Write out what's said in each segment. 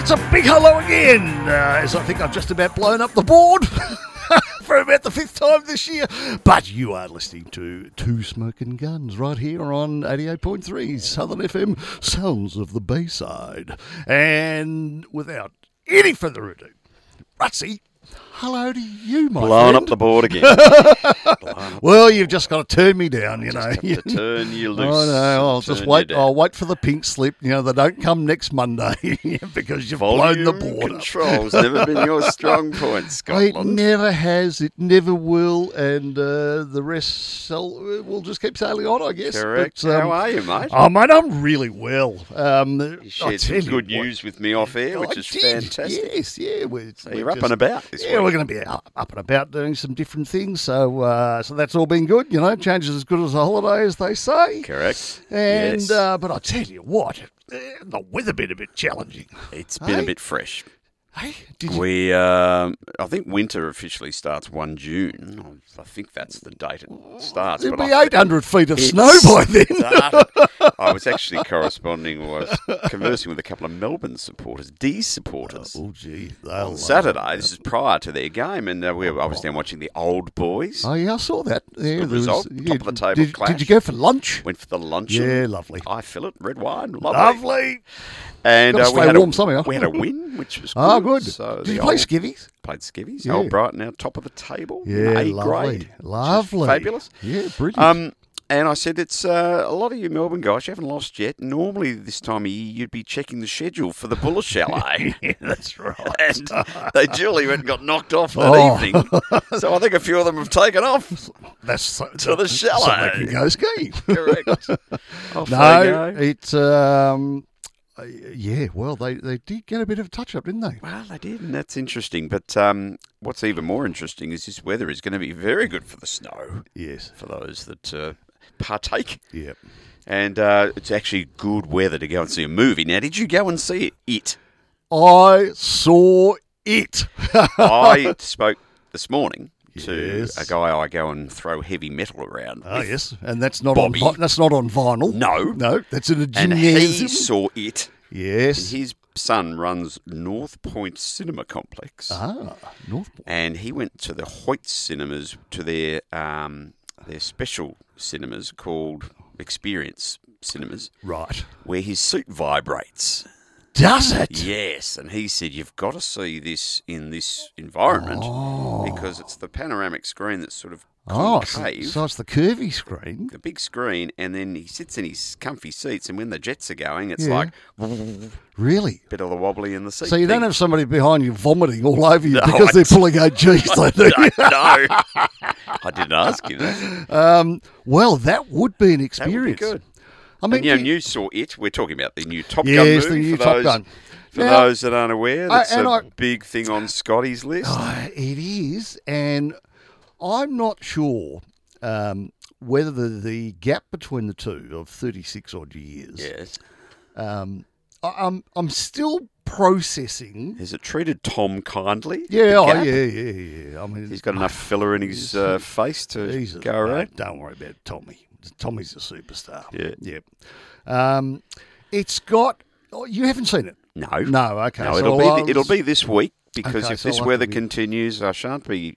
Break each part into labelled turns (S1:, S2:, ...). S1: That's a big hello again, uh, as I think I've just about blown up the board. For about the fifth time this year, but you are listening to Two Smoking Guns right here on 88.3 Southern FM, Sounds of the Bayside. And without any further ado, Rutsy, hello to you, my
S2: Blowing
S1: friend.
S2: up the board again.
S1: Well, you've just got to turn me down, you know.
S2: Just have to turn you loose.
S1: I know. I'll just
S2: Turn you
S1: wait.
S2: down.
S1: I'll wait for the pink slip. You know, they don't come next Monday because you've blown the
S2: Volume
S1: board. up.
S2: Control's never been your strong point,
S1: It
S2: Scotland.
S1: never has. It never will. And uh, the rest sell, will just keep sailing on, I guess.
S2: Correct.
S1: But, um,
S2: How are you, mate?
S1: Oh, mate, I'm really well. Um,
S2: you
S1: I'll
S2: shared
S1: tell
S2: some
S1: you
S2: good
S1: what-
S2: news with me off air, which
S1: I
S2: is
S1: did.
S2: fantastic.
S1: Yes, yeah. We're,
S2: So
S1: we're
S2: you're up
S1: just-
S2: and about this
S1: Yeah, we're
S2: week.
S1: going to be up up and about doing some different things. So, uh, so that's all been good. You know, change is as good as a holiday, as they say.
S2: Correct.
S1: And
S2: yes.
S1: uh, but I tell you what, uh, the weather been a bit challenging.
S2: it's been a
S1: hey.
S2: bit fresh.
S1: Hey, did you?
S2: We, um, I think winter officially starts one June. I think that's the date it starts.
S1: There'd
S2: but
S1: be
S2: I-
S1: 800 feet of
S2: It
S1: snow by then.
S2: started. I was actually corresponding, or I was conversing with a couple of Melbourne supporters, D supporters.
S1: Oh, gee.
S2: on Saturday, this is prior to their game, and uh, we, I was down watching the old boys.
S1: Oh, yeah, I saw that. Yeah,
S2: good
S1: there was-
S2: result. Top
S1: yeah,
S2: of the table
S1: did,
S2: clash.
S1: did you go for lunch?
S2: Went for the luncheon.
S1: Yeah, lovely.
S2: I fill it, red wine, lovely.
S1: Lovely.
S2: And uh,
S1: Gotta
S2: we,
S1: stay
S2: had
S1: warm
S2: a,
S1: somehow.
S2: we had a win, which was good.
S1: Oh, good.
S2: So
S1: did
S2: the
S1: you play
S2: old-
S1: skivvies?
S2: Played skivvies.
S1: Yeah.
S2: Old Brighton now top of the table. in
S1: Yeah,
S2: A
S1: lovely.
S2: grade. which is
S1: Lovely.
S2: Fabulous.
S1: Yeah, brilliant.
S2: Um, and I said, it's uh, a lot of you Melbourne guys, you haven't lost yet. Normally, this time of year, you'd be checking the schedule for the Buller Chalet.
S1: yeah, that's right.
S2: and they duly went and got knocked off that
S1: Oh.
S2: evening. So I think a few of them have taken off.
S1: That's so, to
S2: the shallow.
S1: go skiing.
S2: Correct.
S1: no, it's um, uh, yeah. Well, they they did get a bit of a touch up, didn't they?
S2: Well, they did, and that's interesting. But um, what's even more interesting is this weather is going to be very good for the snow
S1: Yes.
S2: for those that uh, partake.
S1: Yeah.
S2: And uh, it's actually good weather to go and see a movie. Now, did you go and see it?
S1: I saw it.
S2: I spoke this morning to
S1: Yes.
S2: a guy I go and throw heavy metal around.
S1: Oh
S2: with,
S1: yes, and that's not
S2: Bobby.
S1: on vi- that's not on vinyl.
S2: No.
S1: no, that's in a
S2: And he
S1: gymnasium.
S2: saw it.
S1: yes.
S2: His son runs North Point Cinema Complex,
S1: ah, Northport.
S2: and he went to the Hoyt Cinemas to their um, their special cinemas called Experience Cinemas,
S1: Right.
S2: where his suit vibrates.
S1: Does it?
S2: Yes, and he said you've got to see this in this environment because it's the panoramic screen that's sort of
S1: Oh, so,
S2: concave.
S1: so it's the curvy screen.
S2: the big screen, and then he sits in his comfy seats, and when the jets are going, it's
S1: Yeah.
S2: like
S1: Really?
S2: bit of the wobbly in the seat.
S1: So you don't
S2: thing.
S1: have somebody behind you vomiting all over you
S2: No,
S1: because
S2: I
S1: they're
S2: d-
S1: pulling out G's, they do.
S2: no, I didn't ask you that.
S1: Um, well, that would be an
S2: That would be
S1: experience.
S2: good.
S1: I mean,
S2: And, you know,
S1: do-
S2: you saw it. We're talking about the new Top Gun
S1: Yes,
S2: movie.
S1: the new
S2: for
S1: Top
S2: those,
S1: Gun.
S2: For
S1: Now-
S2: those that aren't aware,
S1: I-
S2: that's
S1: and
S2: a
S1: I-
S2: big thing on Scotty's list.
S1: uh, it is, and I'm not sure um, whether the, the gap between the two of 36 odd years.
S2: yes.
S1: I, I'm I'm still processing.
S2: Has it treated Tom kindly?
S1: Yeah,
S2: The
S1: oh, yeah,
S2: gap?
S1: yeah, yeah. I mean,
S2: He's got enough filler in his uh, face to
S1: He's a-
S2: go
S1: no,
S2: around.
S1: Don't worry about Tommy. Tommy's a superstar.
S2: Yeah.
S1: Yep. Um, it's got. Oh, you haven't seen it.
S2: No.
S1: No. Okay.
S2: No,
S1: so
S2: it'll,
S1: I'll-
S2: be, th- it'll be this week because
S1: Okay,
S2: if
S1: so
S2: this
S1: I'll have
S2: weather
S1: to be-
S2: continues, I shan't be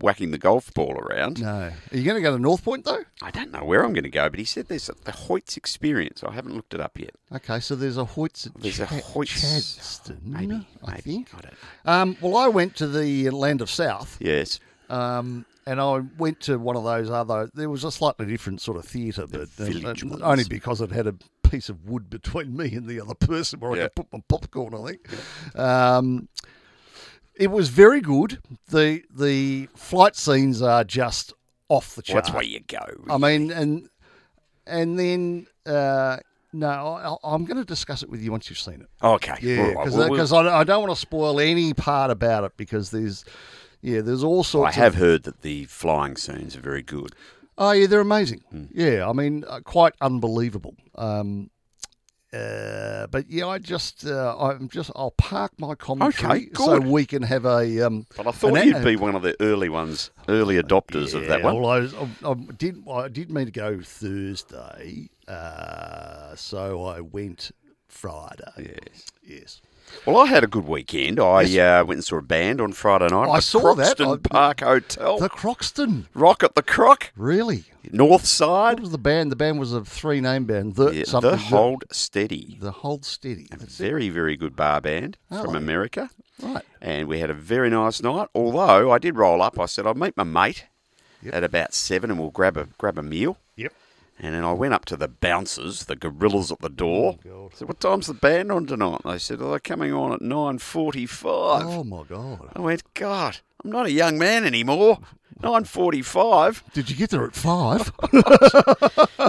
S2: whacking the golf ball around.
S1: No. Are you going to go to North Point though?
S2: I don't know where I'm going to go, but he said there's the Hoyts experience. I haven't looked it up yet.
S1: Okay. So there's a Hoyts. at
S2: There's a
S1: Cha-
S2: Hoyts-
S1: Chadston,
S2: Maybe,
S1: I
S2: maybe.
S1: think.
S2: I don't know.
S1: Um, well, I went to the Land of South.
S2: Yes.
S1: Um, and I went to one of those other. There was a slightly different sort of theatre, but uh,
S2: village
S1: uh,
S2: ones.
S1: only because it had a piece of wood between me and the other person where
S2: Yeah.
S1: I could put my popcorn. I think. Um, it was very good. the The flight scenes are just off the
S2: Well,
S1: chart.
S2: that's where you go.
S1: I mean, and and then uh, no, I, I'm going to discuss it with you once you've seen it.
S2: okay.
S1: Yeah,
S2: All right,
S1: because uh,
S2: well, we'll-
S1: I, I don't want to spoil any part about it because there's yeah, there's all
S2: I
S1: sorts. of
S2: have heard that the flying scenes are very good.
S1: Oh yeah, they're amazing.
S2: Hmm.
S1: Yeah, I mean, uh, quite unbelievable. Um, uh, but yeah, I just, uh, I'm just, I'll park my commentary
S2: Okay,
S1: so
S2: good.
S1: we can have a. Um,
S2: But I thought
S1: an-
S2: you'd be one of the early ones, early adopters of that
S1: Yeah,
S2: one.
S1: Well, I, was- I, I did, I did mean to go Thursday, uh, so I went Friday.
S2: yes.
S1: Yes.
S2: Well, I had a good weekend. I uh, went and saw a band on Friday night. at
S1: I
S2: the
S1: saw that.
S2: Croxton
S1: I-
S2: Park Hotel.
S1: The Croxton,
S2: Rock at the Croc,
S1: really?
S2: North
S1: What
S2: Side.
S1: was the band? The band was a three name band. The
S2: Yeah,
S1: something.
S2: the Hold Steady.
S1: The Hold Steady. That's it.
S2: Very, very good bar band
S1: I
S2: from
S1: like it.
S2: America.
S1: Right.
S2: And we had a very nice night. Although I did roll up, I said I'd meet my mate at about seven, and we'll grab a grab a meal.
S1: Yep.
S2: And then I went up to the bouncers, the gorillas at the door.
S1: Oh, God.
S2: said, "What time's the band on tonight?" And they said, "Oh, they're coming on at 9.45.
S1: Oh my God!
S2: I went, "God, I'm not a young man anymore." 9.45.
S1: Did you get there at five?
S2: Oh,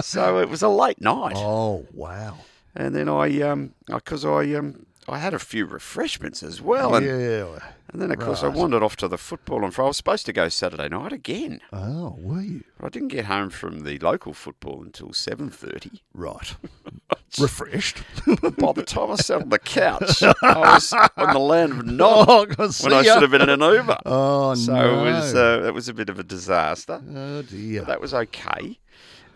S2: so it was a late night.
S1: oh wow! And
S2: And then I, um, because I, um, I had a few refreshments as well, and,
S1: Oh, yeah.
S2: and then of course I wandered off to the football on Friday. I was supposed to go Saturday night again,
S1: Oh, were you
S2: but I didn't get home from the local football until seven thirty.
S1: right? Refreshed.
S2: By the time I sat on the couch, I was on the land of nod
S1: Oh, I
S2: when I
S1: see ya.
S2: should have been in an Uber.
S1: Oh
S2: so
S1: no!
S2: it was uh, that was a bit of a disaster.
S1: oh dear.
S2: That was okay.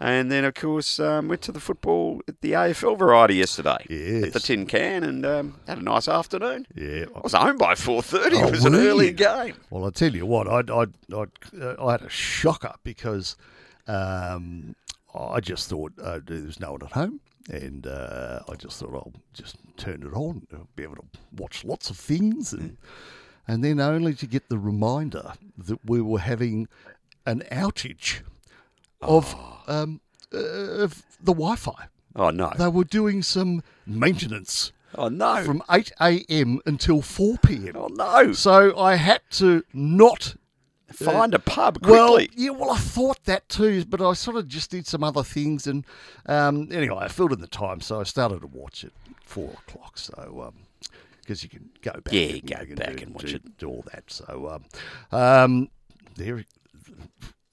S2: And then, of course, um, went to the football at the AFL variety yesterday at the
S1: Yes.
S2: Tin Can, and um, had a nice afternoon.
S1: yeah.
S2: I was home by four thirty.
S1: Oh,
S2: it was an
S1: were
S2: early
S1: you?
S2: game.
S1: Well, I tell you what, I I uh, I, I had a shocker because um, I just thought uh, there's no one at home, and uh, I just thought I'll just turn it on, I'll be able to watch lots of things, and and then only to get the reminder that we were having an outage of um, uh, of the Wi-Fi.
S2: Oh no!
S1: They were doing some maintenance
S2: Oh no!
S1: from 8 a.m. until 4 p.m.
S2: oh no!
S1: So I had to not
S2: Find a pub quickly.
S1: well, yeah, well, I thought that too, but I sort of just did some other things, and um, anyway, I filled in the time, so I started to watch it four o'clock. So because you can go back,
S2: Yeah,
S1: and-
S2: you go
S1: can
S2: back
S1: do-
S2: and watch
S1: do,
S2: it.
S1: do all that. So um, um, there.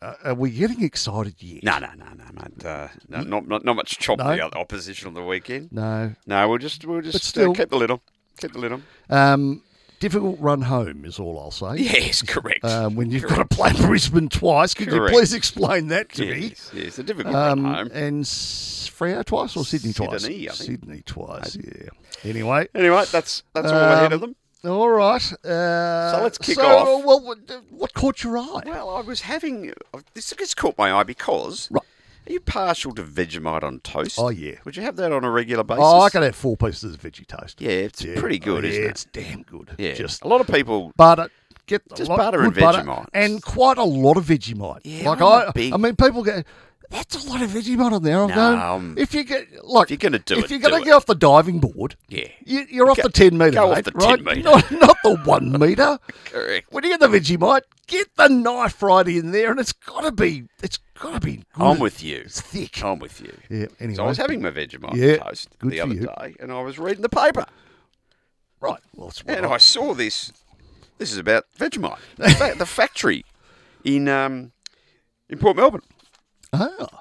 S1: Uh, are we getting excited yet?
S2: no, no, no, no, mate. Uh, no, not, not not much chop
S1: Hmm? No?
S2: the other opposition on the weekend.
S1: No.
S2: No, we'll just we'll just
S1: still-
S2: uh, keep the lid on. Keep the lid on.
S1: Um, difficult run home is all I'll say.
S2: Yes, correct.
S1: Um, when you've got to play Brisbane twice, could
S2: Correct.
S1: you please explain that to me?
S2: yes, yes, a difficult
S1: Um,
S2: run home.
S1: and S- Freo twice or Sydney twice?
S2: Sydney, I think.
S1: Sydney twice, yeah. Anyway,
S2: Anyway, that's that's all ahead of them.
S1: all right. Uh,
S2: So let's kick
S1: so,
S2: off.
S1: Well, what, what caught your eye?
S2: Well, I was having uh, this just caught my eye because
S1: Right.
S2: are you partial to Vegemite on toast?
S1: Oh, yeah.
S2: Would you have that on a regular basis?
S1: oh, I can have four pieces of veggie toast.
S2: Yeah, it's pretty good,
S1: yeah,
S2: isn't it?
S1: It's damn good.
S2: Yeah.
S1: Just
S2: a lot of people.
S1: butter. Get a
S2: Just
S1: lot,
S2: butter and
S1: good butter,
S2: Vegemite.
S1: and quite a lot of Vegemite.
S2: Yeah,
S1: like
S2: I'm a
S1: I,
S2: big-
S1: I mean, people go, "That's a lot of Vegemite on there." I'm
S2: No,
S1: going,
S2: I'm-
S1: if you get like,
S2: um, you're gonna do
S1: if
S2: it,
S1: you're going
S2: do
S1: to
S2: it.
S1: get off the diving board,
S2: Yeah.
S1: you, you're off
S2: Go-
S1: the ten meter,
S2: go off
S1: mate,
S2: the 10
S1: right?
S2: metre.
S1: Not, not the one meter.
S2: Correct.
S1: When you get the Vegemite, get the knife right in there, and it's got to be, it's got to be. Good.
S2: I'm with you.
S1: It's thick.
S2: I'm with you.
S1: Yeah. Anyway,
S2: So I was having my Vegemite
S1: Yeah,
S2: toast
S1: good
S2: the
S1: for
S2: other
S1: you.
S2: day, and I was reading the paper,
S1: right. Well, it's
S2: and
S1: right.
S2: I saw this. This is about Vegemite, In fact, the factory in um, in Port Melbourne,
S1: Ah.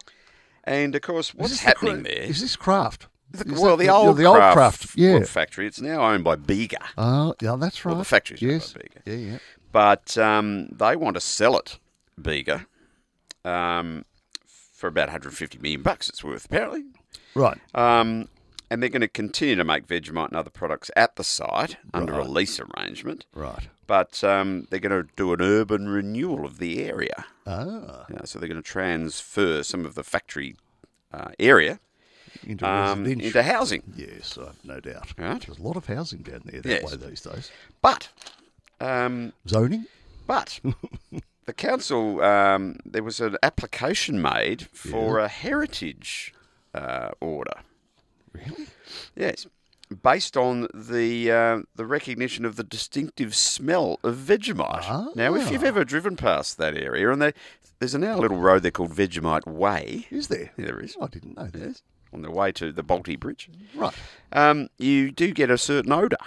S2: and of course, what's
S1: Is this the cra-
S2: happening there?
S1: Is this craft?
S2: The-
S1: Is
S2: well,
S1: that
S2: the old
S1: the old
S2: craft,
S1: craft, yeah.
S2: factory. It's now owned by Bega,
S1: Oh, yeah, that's right.
S2: the factory's owned by
S1: yes.
S2: Bega.
S1: Yeah, yeah.
S2: but um, they want to sell it, Bega, um, for about 150 million bucks. It's worth apparently.
S1: Right.
S2: Um, and they're going to continue to make Vegemite and other products at the site under a lease arrangement.
S1: Right.
S2: But um, they're going to do an urban renewal of the area.
S1: Ah,
S2: Uh, so they're going to transfer some of the factory uh, area
S1: into
S2: um,
S1: residential.
S2: into housing.
S1: yes, I've no doubt.
S2: Right.
S1: There's a lot of housing down there that
S2: Yes.
S1: way these days.
S2: But um,
S1: Zoning.
S2: But the council, um, there was an application made for a heritage uh, order.
S1: Really?
S2: Yes, based on the uh, the recognition of the distinctive smell of Vegemite. Now, if
S1: Ah.
S2: you've ever driven past that area, and they, there's now a little road there called Vegemite Way.
S1: Is there?
S2: Yeah, there is.
S1: I didn't know that.
S2: Yes, on the way to the Balti Bridge.
S1: Right.
S2: Um, you do get a certain odour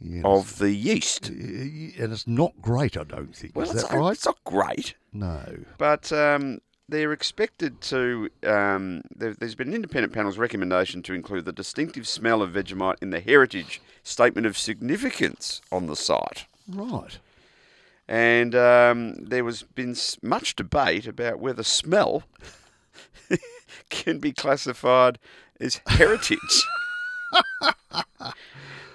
S1: Yes.
S2: of the yeast.
S1: Y- y- And it's not great, I don't think.
S2: Well,
S1: is
S2: it's,
S1: that right?
S2: it's not great.
S1: No.
S2: But um, they're expected to. Um, there, there's been an independent panel's recommendation to include the distinctive smell of Vegemite in the heritage statement of significance on the site.
S1: Right.
S2: And um, there was been s- much debate about whether smell can be classified as heritage.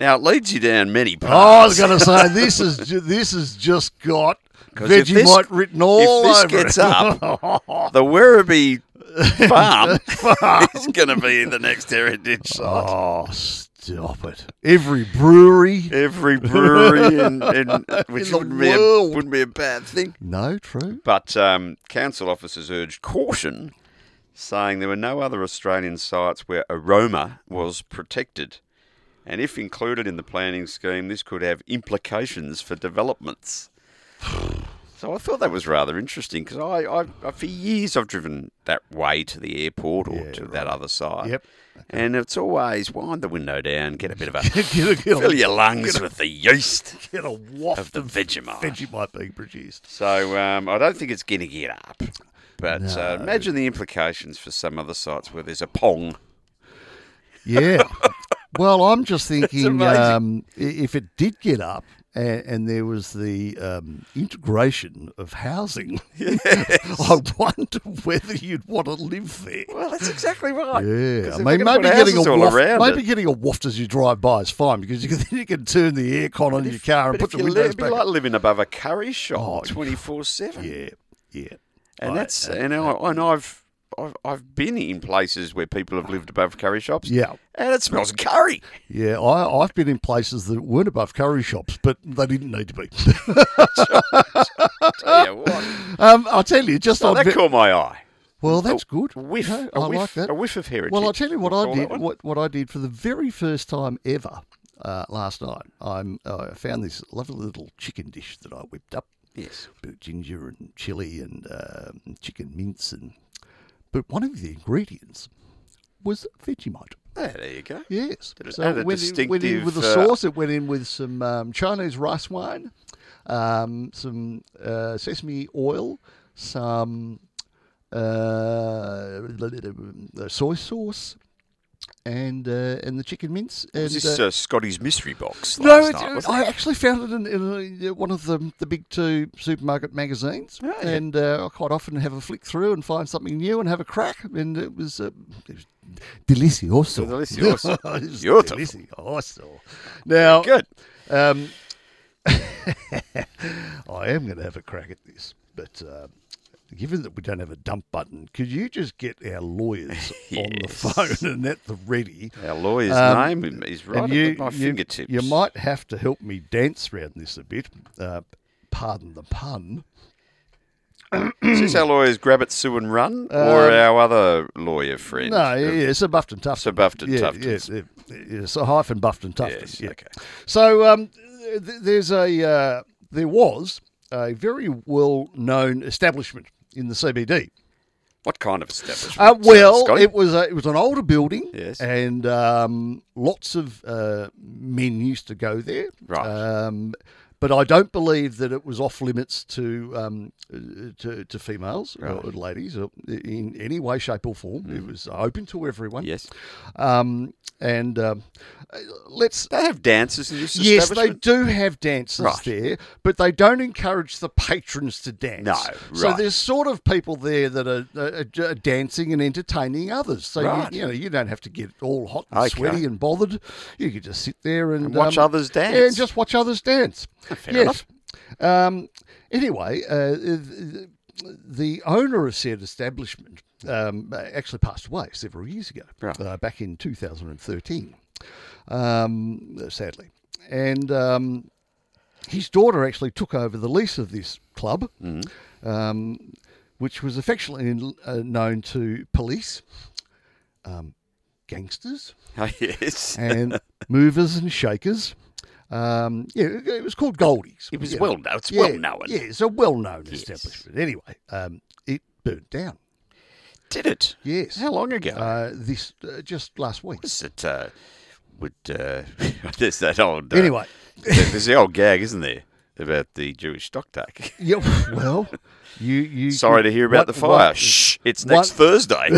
S2: Now it leads you down many paths.
S1: Oh, I was going to say this is ju- this has just got
S2: 'Cause if this-
S1: Vegemite written all
S2: if this
S1: over
S2: gets
S1: it.
S2: up, the Werribee farm is going to be in the next heritage site.
S1: oh, stop it! Every brewery.
S2: Every brewery, in, in, which
S1: In the
S2: wouldn't, be a,
S1: world.
S2: wouldn't be a bad thing.
S1: No, true.
S2: But um, council officers urged caution, saying there were no other Australian sites where aroma was protected. And if included in the planning scheme, this could have implications for developments. So I thought that was rather interesting because I, I, I, for years, I've driven that way to the airport or to that other side.
S1: Yep.
S2: And it's always wind the window down, get a bit of a
S1: Get a, get
S2: fill
S1: a,
S2: your lungs with the yeast
S1: get a waft
S2: of the Vegemite.
S1: Vegemite being produced.
S2: So um, I don't think it's going to get up. But uh, imagine the implications for some other sites where there's a pong.
S1: Yeah. well, I'm just thinking
S2: amazing.
S1: um, i- if it did get up and, and there was the um, integration of housing, I wonder whether you'd want to live there.
S2: Well, that's exactly right.
S1: Yeah,
S2: 'Cause
S1: I mean,
S2: if they're gonna
S1: maybe
S2: put
S1: getting a
S2: houses all
S1: waft,
S2: around
S1: maybe
S2: it.
S1: getting a waft as you drive by is fine because you can, then you can turn the aircon on your car and
S2: But
S1: put
S2: if
S1: the
S2: you
S1: windows
S2: live, it'd
S1: back.
S2: be like living above a curry
S1: Oh,
S2: shop twenty four seven.
S1: yeah, yeah,
S2: And
S1: I-
S2: that's and I and I've I've I've been in places where people have lived above curry shops.
S1: Yeah.
S2: And it smells of curry.
S1: yeah. I, I've been in places that weren't above curry shops, but they didn't need to be.
S2: Tell you what.
S1: um, I'll tell you, just
S2: Oh,
S1: on
S2: that
S1: ve-
S2: caught my eye.
S1: well, that's good.
S2: A whiff.
S1: No,
S2: a
S1: I
S2: whiff,
S1: like that.
S2: A whiff of heritage.
S1: Well, I'll tell you what
S2: We'll
S1: I
S2: call
S1: did.
S2: that one.
S1: What, what I did for the very first time ever uh, last night, I'm, I found this lovely little chicken dish that I whipped up.
S2: Yes.
S1: bit of ginger and chili and um chicken mince and. But one of the ingredients was Vegemite.
S2: Yeah, there you go.
S1: Yes,
S2: Did it
S1: so
S2: add
S1: it
S2: a
S1: went in, went in with a
S2: distinctive, uh,
S1: sauce. It went in with some um, Chinese rice wine, um, some uh, sesame oil, some uh, soy sauce, and uh, and the chicken mince. And,
S2: Is
S1: uh,
S2: this uh, Scotty's mystery box?
S1: no,
S2: last
S1: it's,
S2: night,
S1: it-
S2: wasn't it?
S1: I actually found it in, in uh, one of the, the big two supermarket magazines,
S2: Oh, yeah.
S1: and uh, I quite often have a flick through and find something new and have a crack, and it was, uh, it was delicioso.
S2: Delicioso.
S1: It was
S2: Beautiful.
S1: delicioso. Now,
S2: Good.
S1: um, I am going to have a crack at this, but uh, given that we don't have a dump button, could you just get our lawyers on the
S2: Yes.
S1: phone and at the ready?
S2: Our lawyer's name is right
S1: Um, and
S2: at
S1: you,
S2: the- my
S1: you,
S2: fingertips.
S1: you might have to help me dance around this a bit. Uh, pardon the pun.
S2: Is this our lawyer's grab it, sue and run, or our other lawyer friend?
S1: Um, No, yeah, yeah, Sir Buffton Tufton.
S2: Sir Buffton
S1: yeah,
S2: Tufton's.
S1: Yeah, yeah, yeah, Sir hyphen Buffton Tufton.
S2: Yes,
S1: yeah.
S2: okay.
S1: So um, th- there's a uh, there was a very well known establishment in the CBD.
S2: What kind of establishment?
S1: Uh, well,
S2: Scotty?
S1: it was a, it was an older building,
S2: Yes.
S1: and um, lots of uh, men used to go there.
S2: Right.
S1: Um, but I don't believe that it was off limits to um, uh, to, to females or ladies or in any way, shape, or form.
S2: Mm.
S1: It was open to everyone.
S2: yes.
S1: Um, and um, uh, let's
S2: They have dances in this
S1: Yes, they
S2: establishment.
S1: do have dances
S2: Right.
S1: there, but they don't encourage the patrons to dance.
S2: No,
S1: So
S2: right.
S1: there's sort of people there that are, uh, are, are dancing and entertaining others. So
S2: Right.
S1: you, you know you don't have to get all hot and
S2: Okay.
S1: sweaty and bothered. You can just sit there and, um,
S2: And watch others dance.
S1: Yeah, and just watch others dance.
S2: Fair
S1: yes. Um, anyway, uh, th- the owner of said establishment um, actually passed away several years ago,
S2: Right.
S1: uh, back in 2013 um, sadly. And um, his daughter actually took over the lease of this club,
S2: Mm-hmm.
S1: um, which was affectionately uh, known to police, um, gangsters,
S2: Oh, yes.
S1: and movers and shakers. Um, yeah, it it was called Goldie's.
S2: It was
S1: you know.
S2: well known. It's
S1: yeah,
S2: well known.
S1: Yeah, it's a well-known
S2: Yes.
S1: establishment. Anyway, um, it burnt down.
S2: Did it?
S1: Yes.
S2: How long ago?
S1: Uh, this uh, just last week.
S2: was it? Uh, would uh, there's that old uh,
S1: Anyway.
S2: There's the old gag, isn't there, about the Jewish stock take?
S1: Yeah, well, you you.
S2: Sorry
S1: could-
S2: to hear about
S1: one-
S2: the fire.
S1: one-
S2: Shh, it's
S1: one-
S2: next Thursday.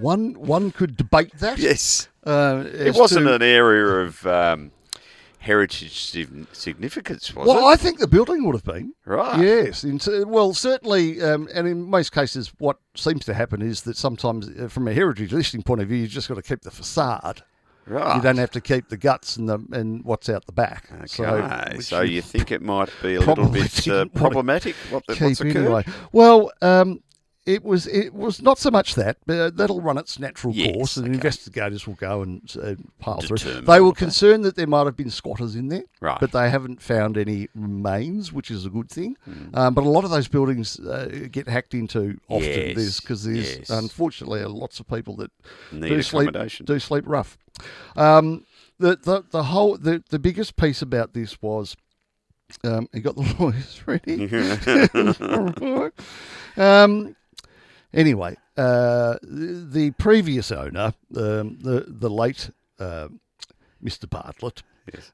S1: One one could debate that.
S2: yes.
S1: Uh,
S2: It wasn't an area of um, heritage sig- significance, was
S1: Well,
S2: it?
S1: I think the building would have been
S2: Right.
S1: Yes, in, cer- well, certainly, um, and in most cases, what seems to happen is that sometimes, uh, from a heritage listing point of view, you have just got to keep the facade.
S2: Right.
S1: You don't have to keep the guts and the and what's out the back.
S2: Okay,
S1: So,
S2: so,
S1: which
S2: you think it might be a little
S1: probably
S2: bit
S1: didn't
S2: uh,
S1: want to
S2: problematic? What, the- what's
S1: keep
S2: occurred?
S1: anyway. Well, um, it was it was not so much that, but uh, that'll run its natural
S2: Yes,
S1: course, and investigators will go and uh, pile through.
S2: Determine
S1: They were
S2: what they-
S1: concerned that there might have been squatters in there,
S2: Right.
S1: But they haven't found any remains, which is a good thing.
S2: Hmm.
S1: Um, but a lot of those buildings uh, get hacked into often.
S2: Yes,
S1: There's because there's
S2: yes.
S1: unfortunately lots of people that
S2: Need
S1: do sleep
S2: accommodation.
S1: do sleep rough. Um, the, the the whole the, the biggest piece about this was. Um, he got the lawyers ready. um, anyway, uh, the, the previous owner, um, the the late uh, Mr. Bartlett,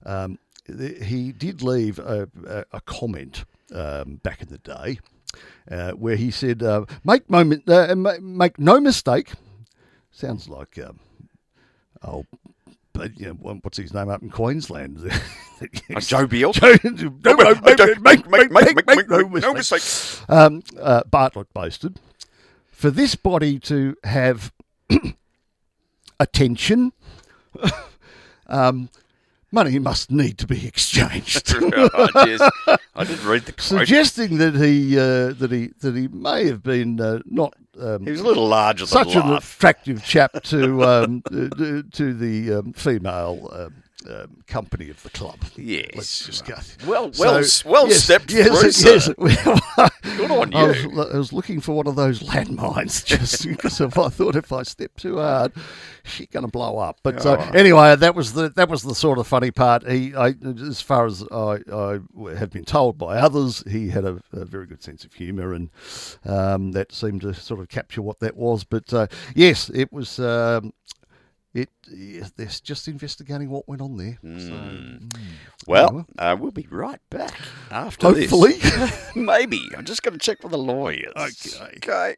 S1: um, th- he did leave a, a, a comment um, back in the day uh, where he said, uh, "Make moment, uh, ma- make no mistake." Sounds like um, oh, but you know, what's his name up in Queensland?
S2: Uh, Joe Beale.
S1: Joe- no, no, no,
S2: Don't-
S1: make, make,
S2: make-
S1: make, make, no
S2: no
S1: mistake.
S2: mistakes.
S1: Um, uh, Bartlett boasted, for this body to have attention, um, money must need to be exchanged.
S2: oh, yes. I did read the quote.
S1: Suggesting that he uh, that he that he may have been uh, not um,
S2: he was a little larger than
S1: such an
S2: life.
S1: attractive chap to um, uh, to to the um, female um, um, company of the club.
S2: Yes.
S1: let's just go.
S2: Well- well s- well stepped through, sir. Good on
S1: I was,
S2: you.
S1: I was looking for one of those landmines just because if I thought if I stepped too hard, she's going to blow up. But so anyway, that was the that was the sort of funny part. He, I, as far as I, I have been told by others, he had a, a very good sense of humour, and um, that seemed to sort of capture what that was. But uh, yes, it was. Um, it yeah, they're just investigating what went on there.
S2: Hmm. Well, uh, we'll be right back after
S1: Hopefully.
S2: this. Maybe. I'm just going to check with the lawyers.
S1: Okay.
S2: Okay.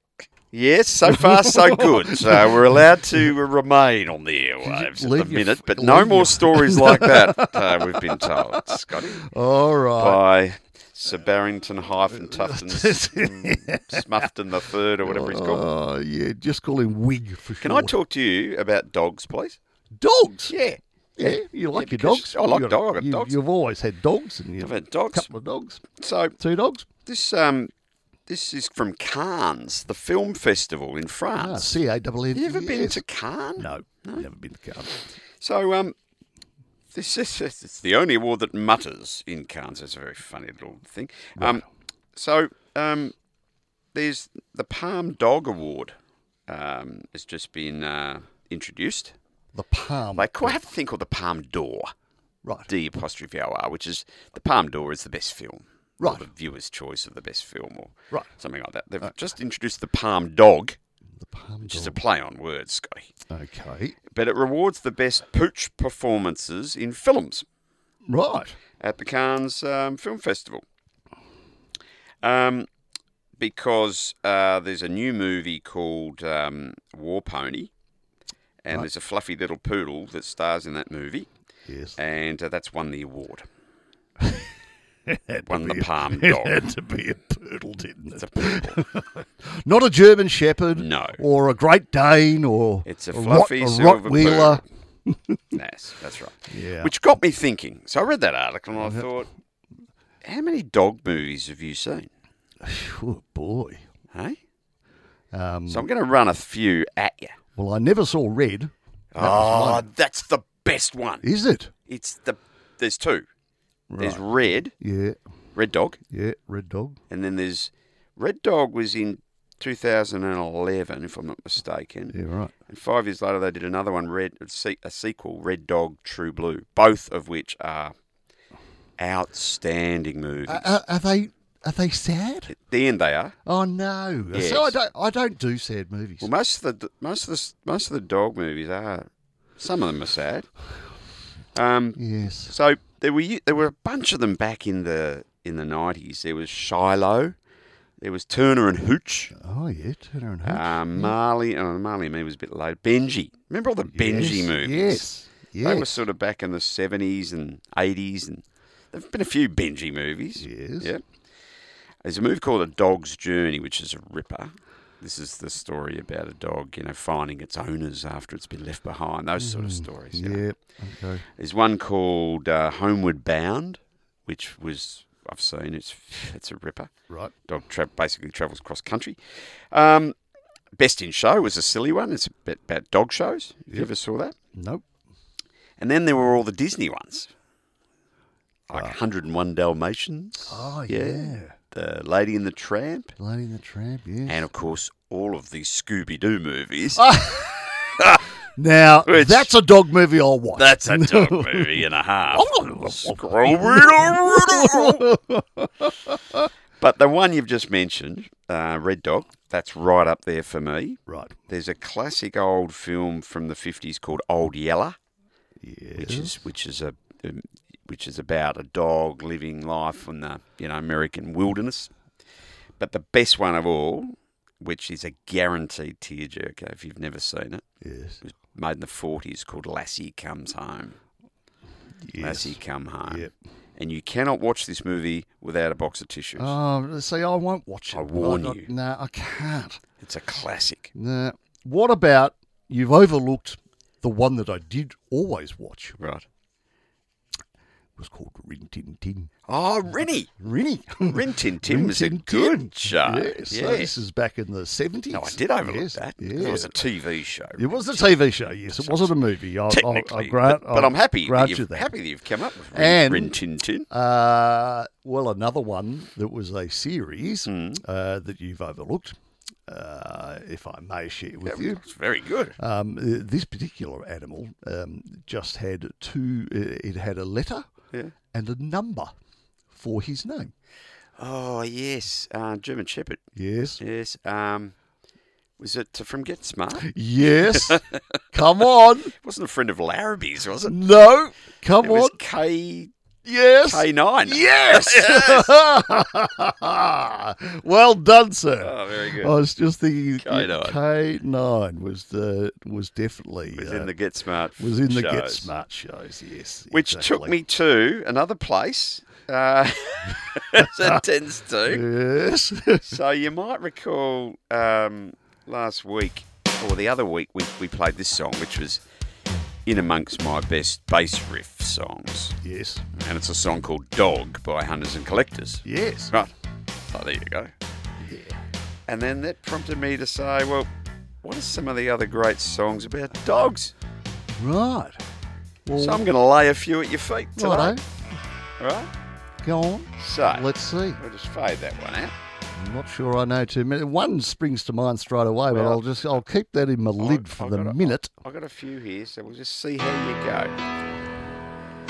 S2: Yes, so far so good. So we're allowed to remain on the airwaves at the
S1: leave your-
S2: minute, but no
S1: leave
S2: more
S1: your-
S2: stories like that. Uh, we've been told, Scotty,
S1: All right.
S2: by Sir Barrington Hyphen Tufton Hmm. Smuffton the Third or whatever he's called.
S1: Oh yeah, just call him Wig for
S2: Can
S1: short.
S2: I talk to you about dogs, please?
S1: Dogs.
S2: Yeah.
S1: Yeah, you like your
S2: because
S1: dogs.
S2: I like
S1: You
S2: dog- I got
S1: you,
S2: dogs.
S1: You've always had dogs, and you've
S2: I've had dogs.
S1: a couple of dogs,
S2: So
S1: two dogs.
S2: this um this is from Cannes, the film festival in
S1: Ah,
S2: France.
S1: C A double N.
S2: you ever been
S1: yes.
S2: to Cannes?
S1: No, never been to Cardiff.
S2: So, um, this is it's the only award that mutters in Cannes. It's a very funny little thing. Um, so, um, there's the Palm Dog Award. Um, has just been uh, introduced.
S1: The Palm.
S2: They call- have a thing called the Palm d'Or,
S1: right.
S2: D apostrophe O R, which is the Palm d'Or is the best film. or
S1: Right.
S2: the viewer's choice of the best film or
S1: Right. Uh,
S2: something like that. They've just introduced the Palm Dog,
S1: the Palm.
S2: which is a
S1: dog.
S2: play on words, Scotty.
S1: Okay.
S2: But it rewards the best pooch performances in films.
S1: Right.
S2: at the Cannes um, Film Festival. Um, because uh, there's a new movie called um, War Pony, and there's a fluffy little poodle that stars in that movie,
S1: Yes.
S2: and uh, that's won the award.
S1: Had to
S2: Won the
S1: be a-
S2: Palm
S1: It
S2: Dog.
S1: had to be a poodle, didn't it? Not a German Shepherd.
S2: No.
S1: Or a Great Dane, or
S2: It's a
S1: Rot-
S2: fluffy
S1: a
S2: silver
S1: Rottweiler.
S2: yes, that's right.
S1: Yeah. Uh-huh.
S2: Which got me thinking. So I read that article and I thought, how many dog movies have you seen?
S1: Phew, boy.
S2: Hey,
S1: Um,
S2: so I'm going to run a few at you.
S1: well, I never saw Red.
S2: Oh, that's the best one.
S1: Is it?
S2: It's the there's two. There's Red,
S1: Yeah.
S2: Red Dog,
S1: Yeah. Red Dog.
S2: and then there's Red Dog was in 2011, if I'm not mistaken.
S1: Yeah. Right.
S2: And five years later, they did another one, Red, a se- a sequel, Red Dog, True Blue, both of which are outstanding movies.
S1: Are- Are, are Uh, they are they sad?
S2: At the end, they are.
S1: Oh no!
S2: Yes.
S1: So I don't I don't do sad movies.
S2: Well, most of the most of the most of the dog movies are. Some of them are sad. Um,
S1: yes.
S2: So there were there were a bunch of them back in the in the nineties. There was Shiloh, there was Turner and Hooch,
S1: Oh yeah, Turner and Hooch.
S2: uh, Marley. Oh, Marley and me was a bit later. Benji, remember all the Benji
S1: yes.
S2: movies?
S1: Yes.
S2: they were
S1: Yes.
S2: sort of back in the seventies and eighties, and there've been a few Benji movies.
S1: Yes.
S2: yeah. There's a movie called A Dog's Journey, which is a ripper. This is the story about a dog, you know, finding its owners after it's been left behind. Those sort
S1: Mm,
S2: of stories. you know.
S1: Yep. Okay.
S2: There's one called uh, Homeward Bound, which was I've seen. It's it's a ripper.
S1: Right.
S2: Dog tra- basically travels cross country. Um, Best in Show was a silly one. It's a bit about dog shows. If You ever saw that?
S1: Nope.
S2: And then there were all the Disney ones, like 101 Dalmatians.
S1: Oh, yeah.
S2: The Lady and the Tramp,
S1: Lady and the Tramp. Yeah.
S2: and of course all of these Scooby Doo movies.
S1: now
S2: Which-
S1: that's a dog movie I'll watch.
S2: That's a dog movie and a half.
S1: Oh,
S2: but the one you've just mentioned, uh, Red Dog, that's right up there for me.
S1: right.
S2: There's a classic old film from the 50s called Old Yeller,
S1: Yeah.
S2: which is which is a um, which is about a dog living life in the you know American wilderness. But the best one of all, which is a guaranteed tearjerker if you've never seen it,
S1: yes.
S2: was made in the 40s called Lassie Comes Home.
S1: yes.
S2: Lassie Come Home.
S1: Yep.
S2: And you cannot watch this movie without a box of tissues.
S1: Oh, see, I won't watch it.
S2: I warn
S1: got-
S2: you.
S1: No, I can't.
S2: It's a classic.
S1: No. What about you've overlooked the one that I did always watch? It
S2: Right.
S1: was called Rin Tin Tin.
S2: Oh, Rennie.
S1: Rinny.
S2: Rin Tin Tin was a
S1: Tin Tin.
S2: good show.
S1: Yes, so
S2: Yeah.
S1: this is back in the 70s.
S2: No, I did overlook
S1: Yes,
S2: that. 'cause
S1: Yeah.
S2: It was a TV show.
S1: It was a TV show, yes. It wasn't a movie. I'll, I'll,
S2: technically.
S1: I'll grant,
S2: but, but
S1: I'll
S2: I'm happy that,
S1: grant
S2: you've,
S1: you that.
S2: happy that you've come up with Rin,
S1: And-
S2: Rin Tin Tin.
S1: Uh, well, another one that was a series
S2: Hmm.
S1: uh, that you've overlooked, uh, if I may share with you.
S2: It's very good.
S1: Um, uh, this particular animal um, just had two. uh, It had a letter
S2: Yeah.
S1: and a number for his name.
S2: Oh, yes. Uh, German Shepherd.
S1: Yes.
S2: Yes. Um, was it from Get Smart? It
S1: Yes. come on.
S2: wasn't a friend of Larrabee's, was it?
S1: No. Come
S2: It was
S1: on.
S2: K,
S1: Yes.
S2: K9.
S1: Yes. well done, sir.
S2: Oh, very good.
S1: I was just thinking
S2: K9.
S1: K nine was the was definitely
S2: was
S1: uh,
S2: in the Get Smart.
S1: was in the Get
S2: shows,
S1: Smart shows. Yes,
S2: which took
S1: exactly.
S2: me to another place. Uh, as it tends to.
S1: Yes.
S2: So you might recall um, last week or the other week we, we played this song, which was in amongst my best bass riff songs,
S1: yes.
S2: and it's a song called "Dog" by Hunters and Collectors.
S1: Yes.
S2: Right. So there you go. And then that prompted me to say, well, what are some of the other great songs about dogs?
S1: Right. Well,
S2: So I'm going to lay a few at your feet today.
S1: righto.
S2: All right.
S1: Go on.
S2: So
S1: Let's see.
S2: we'll just fade that one out.
S1: I'm not sure I know too many. One springs to mind straight away, but
S2: Well,
S1: I'll just I'll keep that in my lid for
S2: I've
S1: the
S2: got a-
S1: minute.
S2: I've got a few here, so we'll just see how you go.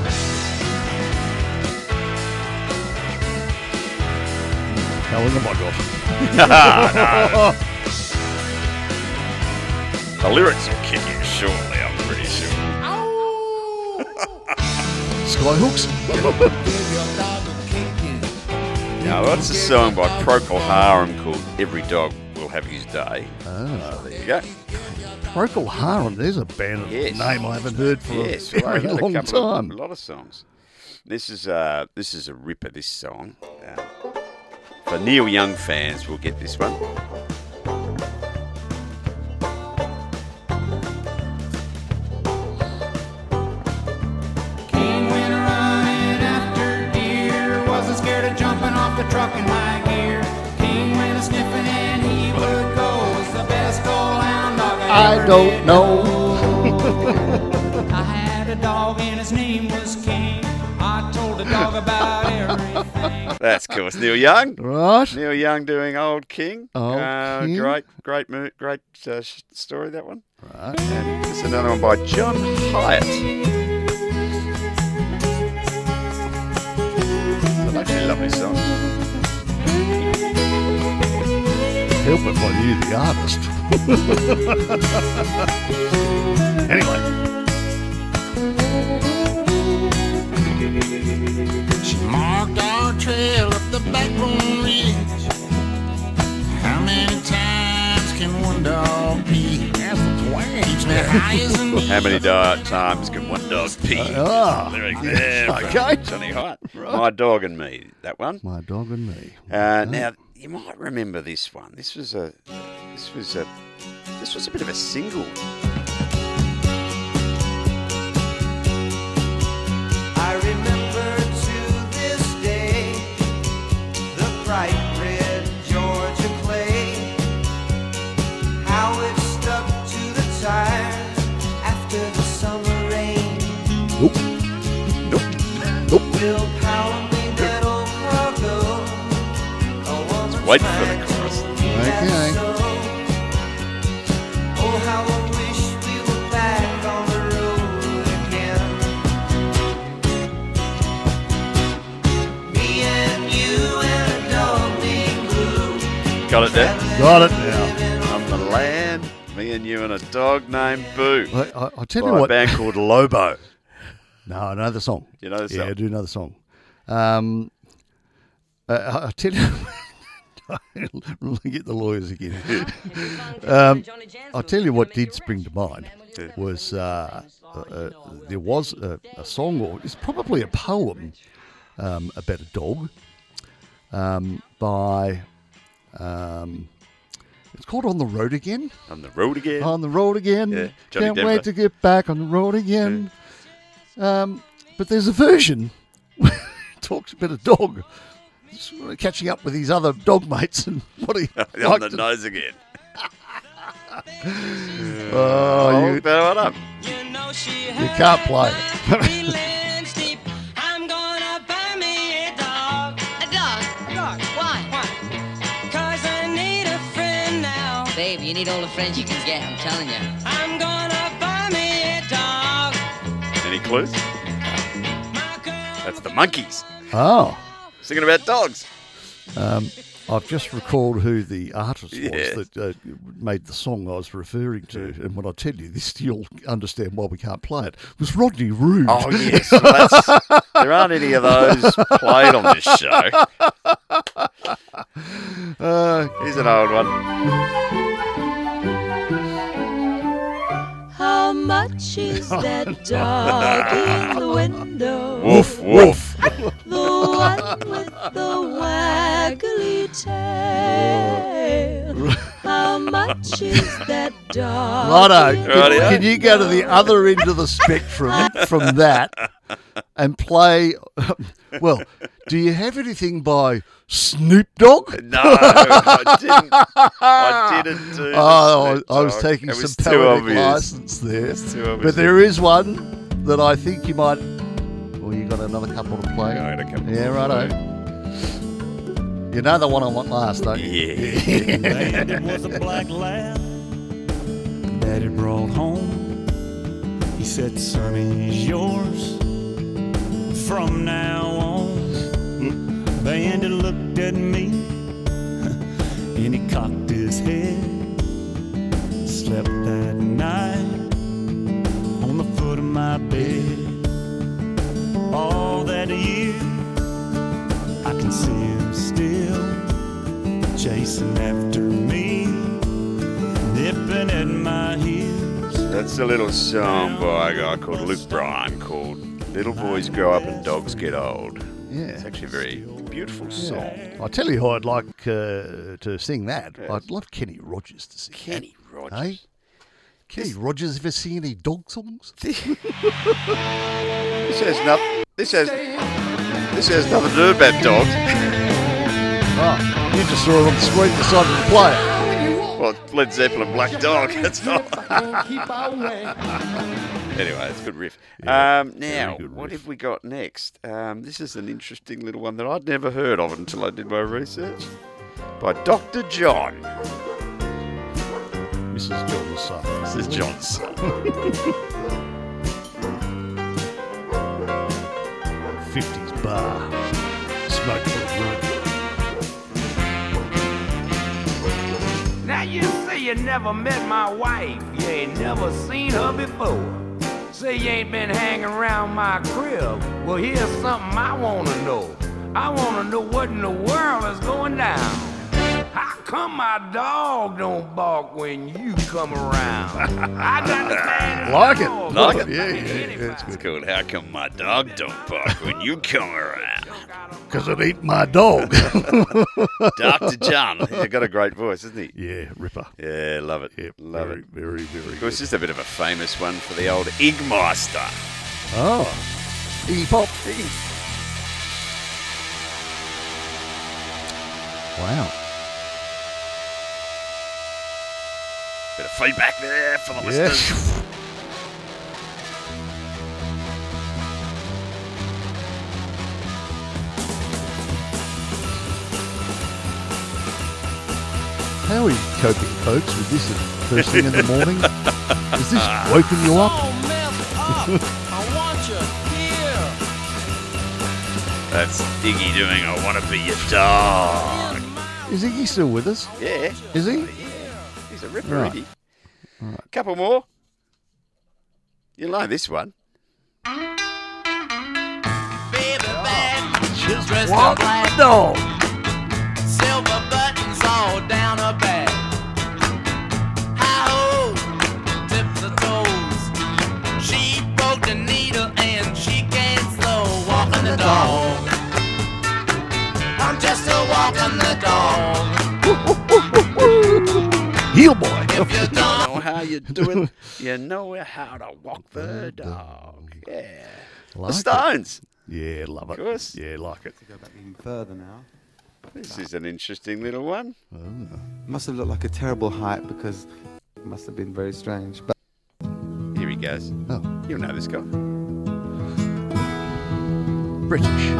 S2: Oh,
S1: How long have I got?
S2: The lyrics will kick in shortly, I'm pretty sure.
S1: Skyhooks.
S2: Now, that's a song by Procol Harum called Every Dog Will Have His Day. Uh,
S1: ah,
S2: There you go.
S1: Procol Harum. There's a band of
S2: Yes.
S1: name I haven't heard for
S2: Yes,
S1: a
S2: well, I've
S1: very
S2: had a
S1: long
S2: couple of-
S1: time.
S2: a lot of songs. This is uh, this is a ripper. This song. Uh, for Neil Young fans, will get this one.
S3: King went running after deer. Wasn't scared of jumping off the truck in high gear. King went a sniffing and he would go. Was the best go hound dog I,
S1: I
S3: ever
S1: don't
S3: did
S1: know.
S3: I had a dog and his name was King. I told the dog about everything.
S2: That's cool. It's Neil Young.
S1: Right.
S2: Neil Young doing Old King.
S1: Old
S2: uh,
S1: King.
S2: Great, great, mo- great uh, sh- story that one. And this is another one by John Hyatt. It's an actually lovely song.
S1: Help if I knew the artist. anyway,
S4: She marked our trail up the backbone ridge. How many times can one dog pee? That's the plan. Keeps me high as an
S2: How many di- times can one dog pee?
S1: Ah.
S2: Lyric there from
S1: Okay.
S2: Johnny Hyatt. My dog and me. That one.
S1: My dog and me.
S2: Uh, now you might remember this one. This was a, this was a, this was a bit of a single.
S5: I remember to this day the bright red Georgia clay, how it stuck to the tires after the summer rain.
S1: Nope.
S5: Will Powell made that old cargo. A woman's
S2: wait for the
S5: mind
S2: chorus.
S5: told me that
S1: Okay.
S5: so. Oh, how I wish we were back on the road again. Me and you and a dog named Blue.
S2: Got it there.
S1: Got it now.
S2: On the land, me and you and a dog named Boo.
S1: I, I, I'll tell you
S2: By a
S1: what.
S2: band called Lobo.
S1: No, I know the song.
S2: You know the
S1: Yeah,
S2: song?
S1: I do know the song. Um, uh, I'll tell you. I'll get the lawyers again.
S6: Um,
S1: I'll tell you what did spring to mind was uh, uh, uh, there was a, a song, or it's probably a poem um, about a dog um, by. Um, it's called On the Road Again.
S2: On the road again.
S1: On the road again.
S2: Yeah, Johnny
S1: Can't
S2: Denver.
S1: wait to get back on the road again. Um, but there's a version where it talks about a dog sort of catching up with his other dog mates and what he
S2: on
S1: liked
S2: the
S1: to-
S2: nose again.
S1: Oh,
S2: Oh,
S1: you,
S2: that one up.
S7: You know she
S1: you can't play.
S7: feelings deep. I'm gonna buy me a dog.
S6: A dog.
S7: Dog.
S6: Why?
S7: Why? Cause I need a friend now.
S6: Babe, you need all the friends you can get, I'm telling you.
S7: I'm gonna buy me a dog.
S2: Any clues?
S7: My girl.
S2: That's the monkeys
S1: oh,
S2: singing about dogs.
S1: I've just recalled who the artist
S2: Yes.
S1: was that uh, made the song I was referring to. And when I tell you this, you'll understand why we can't play it. It was Rodney Roode.
S2: Oh yes, well, that's, there aren't any of those played on this show.
S1: Uh,
S2: Here's an old one.
S7: How much is that dog in the window?
S2: Woof woof.
S7: The one with the waggly tail. How much is that dog?
S1: Righto.
S7: in the
S2: Rightio.
S1: Can you go to the other end of the spectrum from that and play? Well, do you have anything by Snoop Dogg?
S2: No, I didn't. I didn't do. the
S1: Oh,
S2: Snoop
S1: I was
S2: Dogg.
S1: taking
S2: It was
S1: some
S2: too
S1: poetic
S2: obvious.
S1: license there,
S2: too
S1: but
S2: obvious.
S1: there is one that I think you might. Well, you got another couple to play.
S2: I had a couple
S1: yeah,
S2: to
S1: righto. You know the one I want last, don't you?
S2: Yeah.
S8: And it was a black lab that he brought home. He said, Son is yours from now on. Bandit looked at me and he cocked his head. Slept that night on the foot of my bed. All that year, I can see him still chasing after me, nipping at my heels.
S2: That's a little song by a guy called Luke Bryan called "Little Boys Grow Up and Dogs Get Old."
S1: Yeah.
S2: It's actually a very beautiful song.
S1: I tell you who I'd like uh, to sing that.
S2: Yes.
S1: I'd love Kenny Rogers to sing that.
S2: Kenny Rogers.
S1: Hey? Kenny Rogers ever sing any dog songs?
S2: This has nothing. This has. This has nothing to do about dogs.
S1: Oh, you just saw it on the screen decided to play it.
S2: Well, it's Led Zeppelin, Black Dog. That's all.
S3: Keep our way.
S2: Anyway, it's a good riff. um, now,
S1: good
S2: what
S1: riff.
S2: have we got next? Um, this is an interesting little one that I'd never heard of until I did my research. By Dr. John.
S1: Mrs. John was saying.
S2: This is Johnson.
S1: Fifties bar. Smoke for road.
S5: Now you say you never met my wife, you ain't never seen her before. Say you ain't been hanging around my crib. Well, here's something I wanna know. I wanna know what in the world is going down. How come my dog don't bark when you come around? I got the kind of
S1: Like it.
S5: dog
S2: Like
S5: that
S2: it.
S1: Yeah,
S5: can
S1: yeah,
S5: identify
S1: yeah, it's good.
S2: It's called How Come My Dog Don't Bark When You Come Around.
S1: Because it eat my dog.
S2: Dr. John. He's got a great voice, isn't he?
S1: yeah, ripper.
S2: Yeah, love it.
S1: Yep,
S2: love
S1: very,
S2: it.
S1: very, very
S2: Of course,
S1: good.
S2: just a bit of a famous one for the old Igmeister.
S1: Oh, Iggy Pop. Wow.
S2: Bit of feedback there for the
S1: Yeah.
S2: listeners.
S1: How are you coping, folks, with this first thing in the morning? Has this woken you up?
S2: That's Iggy doing I Want to Be Your Dog.
S1: Is Iggy still with us?
S2: Yeah.
S1: Is he?
S2: He's a ripper,
S1: Right.
S2: Iggy. Couple more. You like this one.
S4: Baby back, she's dressed in black,
S1: No.
S4: silver buttons all down her back. Hi ho, tip the toes. She broke the needle and she can't slow walking the dog. I'm just a walking the dog.
S1: Heel boy.
S4: If you don't
S2: know how you do it. You know how to walk the dog. Yeah.
S1: Like it.
S2: the Stones.
S1: Yeah, love it.
S2: course.
S1: Yeah, like it.
S9: Go back even further now.
S2: This is an interesting little one.
S9: Must have looked like a terrible height because it must have been very strange. But
S2: Here he goes.
S1: Oh,
S2: You'll know this guy.
S1: British.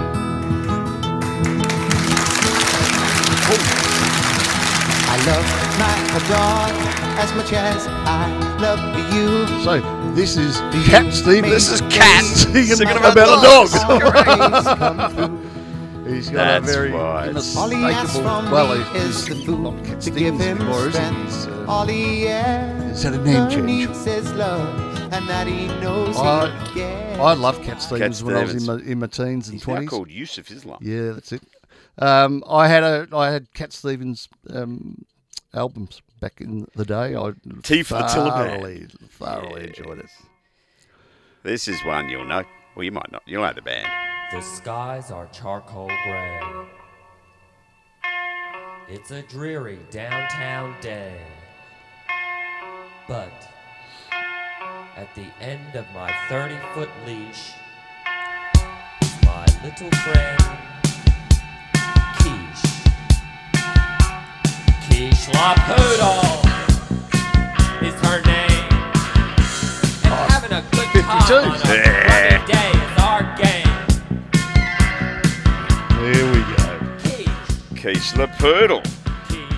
S9: I love my dog as much as I love you.
S1: So this is Cat Stevens.
S2: This is Cat
S1: singing
S2: singing
S1: about,
S2: about
S1: a dog. He's got
S2: That's
S1: a very
S2: why it's-
S9: All he asks
S1: unmistakable-
S9: from
S1: well,
S9: me
S1: it's-
S9: is the
S1: it's
S9: food
S1: not Cat
S9: to give
S1: Stevens
S9: him
S1: anymore, is it? It's,
S9: strength.
S1: uh,
S9: All he
S1: Is
S9: asks
S1: that a name change?
S9: needs is love, and that he knows
S1: I-
S9: he gets.
S1: I love Cat Stevens when
S2: Stevens.
S1: I was in my, in my teens and
S2: He's now
S1: twenties.
S2: called Yusuf Islam.
S1: Yeah, that's it. Um, I had a I had Cat Stevens um, albums back in the day. I
S2: Tea for the Taliban.
S1: thoroughly, thoroughly enjoyed it.
S2: This is one you'll know. Well, you might not. You'll know the band.
S10: The skies are charcoal gray. It's a dreary downtown day. But at the end of my 30 foot leash, my little friend, Quiche. Quiche La Poodle is her name. And
S1: Oh,
S10: having a good time on a
S2: Yeah.
S10: runny day is our game.
S1: There we go.
S2: Keesh La Poodle.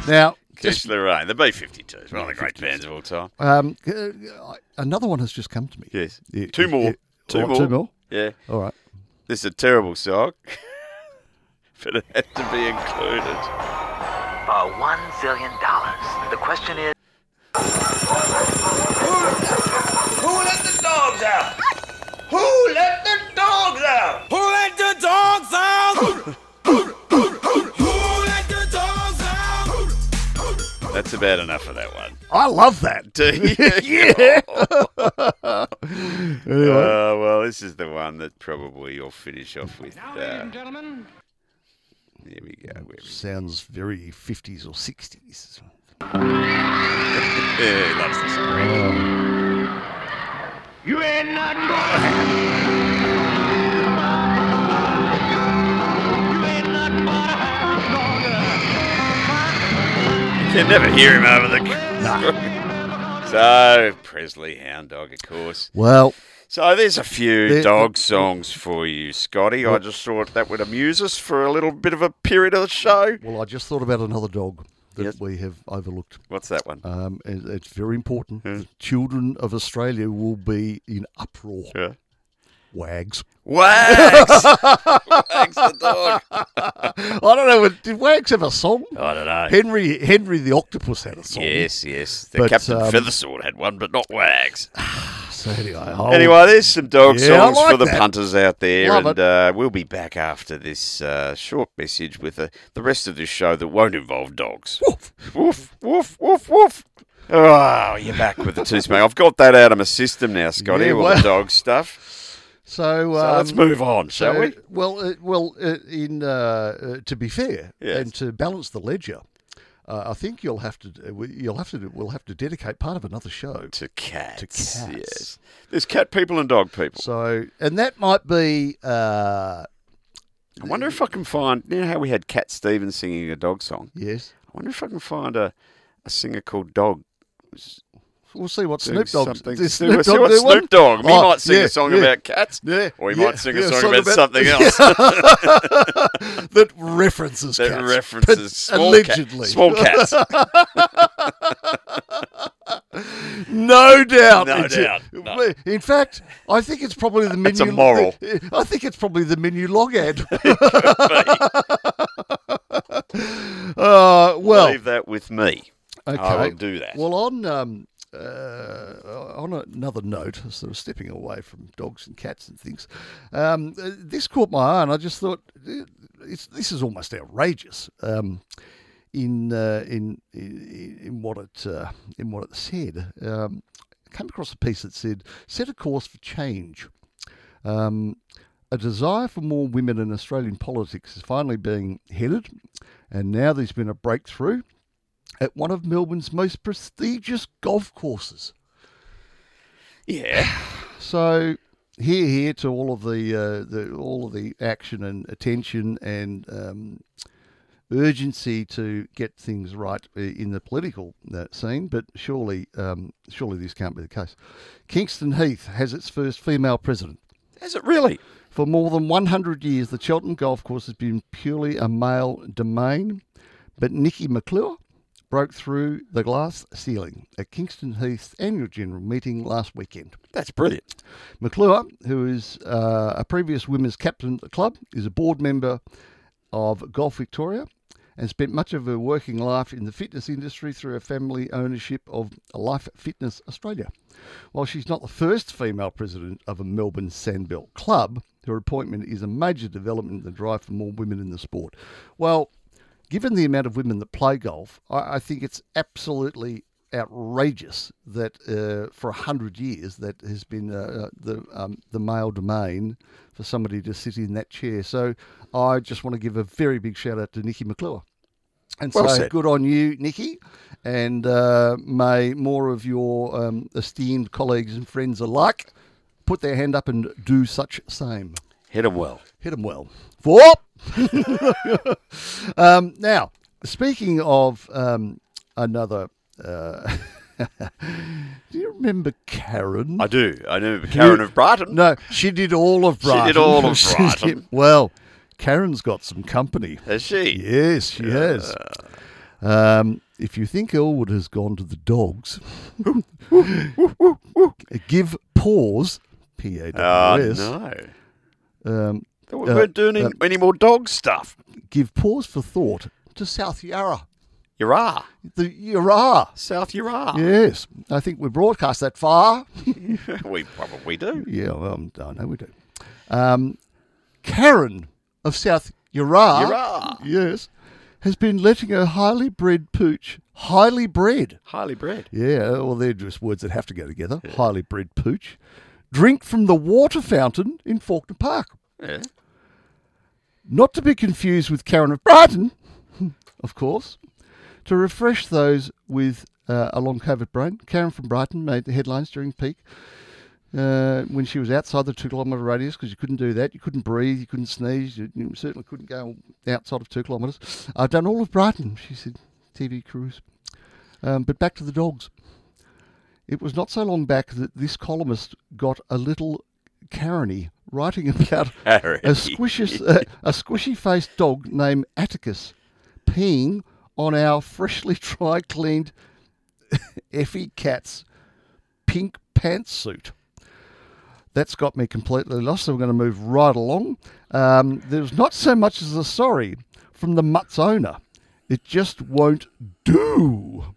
S1: Now,
S2: Keesh
S1: just
S2: Ray. The B 52s. One of the great bands of all time.
S1: um, uh, another one has just come to me.
S2: Yes.
S1: Yeah,
S2: two
S1: yeah,
S2: more.
S1: yeah.
S2: Two,
S1: All right,
S2: more.
S1: Oh, Two more.
S2: Yeah.
S1: All right.
S2: This is a terrible song, but it had to be included.
S4: For one zillion dollars. The question is.
S5: Who let the dogs out? Who let the dogs out? Who let the dogs out? Who let the dogs out?
S2: That's about enough of that one.
S1: I love that.
S2: Do you?
S1: Yeah. Anyway.
S2: Uh, well, this is the one that probably you'll finish off with. Uh, here
S5: Gentlemen,
S2: we go. Where we-
S1: Sounds very 50s or 60s.
S2: Yeah, he loves this one.
S5: you ain't nothing gonna happen. You ain't nothing but a hound dog.
S2: You can never hear him over the. so Presley Hound Dog, of course.
S1: Well,
S2: So there's a few
S1: There-
S2: dog songs for you, Scotty. I just thought that would amuse us for a little bit of a period of the show.
S1: well, I just thought about another dog that
S2: Yes.
S1: we have overlooked.
S2: What's that one?
S1: Um, and it's very important. The children of Australia will be in uproar.
S2: Yeah.
S1: Wags.
S2: Wags. Wags the dog.
S1: I don't know. Did Wags have a song?
S2: I don't know.
S1: Henry Henry the Octopus had a song.
S2: Yes, yes. The
S1: But,
S2: Captain
S1: um,
S2: Feathersword had one, but not Wags.
S1: So anyway, I'll-
S2: Anyway, there's some dog
S1: Oh, Yeah, I
S2: songs
S1: like
S2: for the
S1: that.
S2: punters out there,
S1: Love
S2: and
S1: it.
S2: uh, we'll be back after this uh, short message with uh, the rest of this show that won't involve dogs. Woof, woof, woof, woof, woof. Oh, you're back with the two smoke. I've got that out of my system now, Scotty.
S1: Yeah,
S2: all
S1: well-
S2: the dog stuff.
S1: So,
S2: So
S1: um,
S2: let's move on, shall we?
S1: Well, uh, well, uh, in uh, uh, to be fair and to balance the ledger, uh, I think you'll have to uh, we- you'll have to do- we'll have to dedicate part of another show
S2: to cats.
S1: To cats. Yes.
S2: There's cat people and dog people.
S1: So, and that might be. Uh,
S2: I wonder if I can find. You know how we had Cat Stevens singing a dog song.
S1: Yes.
S2: I wonder if I can find a, a singer called Dog.
S1: We'll see what
S2: doing
S1: Snoop Dogg.
S2: something.
S1: does
S2: See what- see what
S1: do one?
S2: Snoop Dogg- Oh, he might sing a
S1: yeah,
S2: song
S1: yeah,
S2: about cats,
S1: Yeah,
S2: or he
S1: yeah,
S2: might sing a
S1: yeah,
S2: song about something
S1: yeah.
S2: else.
S1: that references
S2: That
S1: cats,
S2: references
S1: but
S2: small cat-
S1: allegedly
S2: small cats.
S1: no doubt.
S2: No
S1: it's
S2: doubt,
S1: it.
S2: no.
S1: In fact, I think it's probably the menu.
S2: That's a moral.
S1: I think it's probably the menu log ad. uh, well,
S2: Leave that with me.
S1: Okay.
S2: I will do that.
S1: Well, on um, uh, on another note, sort of stepping away from dogs and cats and things, um, uh, this caught my eye, and I just thought eh, it's, this is almost outrageous. Um, in, uh, in in in what it uh, in what it said, um, I came across a piece that said, "Set a course for change." Um, a desire for more women in Australian politics is finally being headed, and now there's been a breakthrough at one of Melbourne's most prestigious golf courses.
S2: Yeah.
S1: So here, here to all of the uh, the all of the action and attention and um, urgency to get things right i- in the political uh, scene. But surely, um, surely this can't be the case. Kingston Heath has its first female president.
S2: Has it really?
S1: For more than 100 years, the Cheltenham Golf Course has been purely a male domain, but Nikki McClure broke through the glass ceiling at Kingston Heath's annual general meeting last weekend.
S2: That's brilliant.
S1: McClure, who is uh, a previous women's captain at the club, is a board member of Golf Victoria and spent much of her working life in the fitness industry through her family ownership of Life Fitness Australia. While she's not the first female president of a Melbourne Sandbelt club, her appointment is a major development in the drive for more women in the sport. Well, given the amount of women that play golf, I, I think it's absolutely outrageous that uh, for a hundred years that has been uh, uh, the um, the male domain for somebody to sit in that chair. So I just want to give a very big shout out to Nikki McClure. And
S2: Well
S1: so
S2: said.
S1: good on you, Nikki, and uh, may more of your um, esteemed colleagues and friends alike put their hand up and do such same.
S2: Hit him well.
S1: Hit them well. Four. um, now, speaking of um, another, uh, do you remember Karen?
S2: I do. I know Karen of Brighton.
S1: No, she did all of
S2: did
S1: Brighton.
S2: all of
S1: She
S2: Brighton.
S1: did- well, Karen's got some company.
S2: Has she?
S1: Yes, she has. Um, if you think Elwood has gone to the dogs, give pause, P A
S2: Oh,
S1: W S.
S2: no.
S1: Um,
S2: We
S1: uh,
S2: weren't doing any,
S1: uh,
S2: any more dog stuff.
S1: give pause for thought to South Yarra.
S2: You are.
S1: The Yarra.
S2: South you are.
S1: Yes, I think we broadcast that far.
S2: we probably do.
S1: yeah, well, I know we do. Um, Karen of South Yarra.
S2: Yarra.
S1: Yes, has been letting her highly bred pooch, highly bred.
S2: Highly bred.
S1: Yeah, well, they're just words that have to go together. Highly bred pooch. Drink from the water fountain in Faulkner Park.
S2: Yeah.
S1: Not to be confused with Karen of Brighton, of course. To refresh those with uh, a long COVID brain, Karen from Brighton made the headlines during peak uh, when she was outside the two kilometre radius because you couldn't do that. You couldn't breathe, you couldn't sneeze, you, you certainly couldn't go outside of two kilometres. I've done all of Brighton, she said, TV crews. Um, but back to the dogs. It was not so long back that this columnist got a little Kareny writing about a squishy, a, a squishy-faced dog named Atticus peeing on our freshly dry-cleaned Effie cat's pink pantsuit. That's got me completely lost, so we're going to move right along. Um, there's not so much as a sorry from the mutt's owner. It just won't do.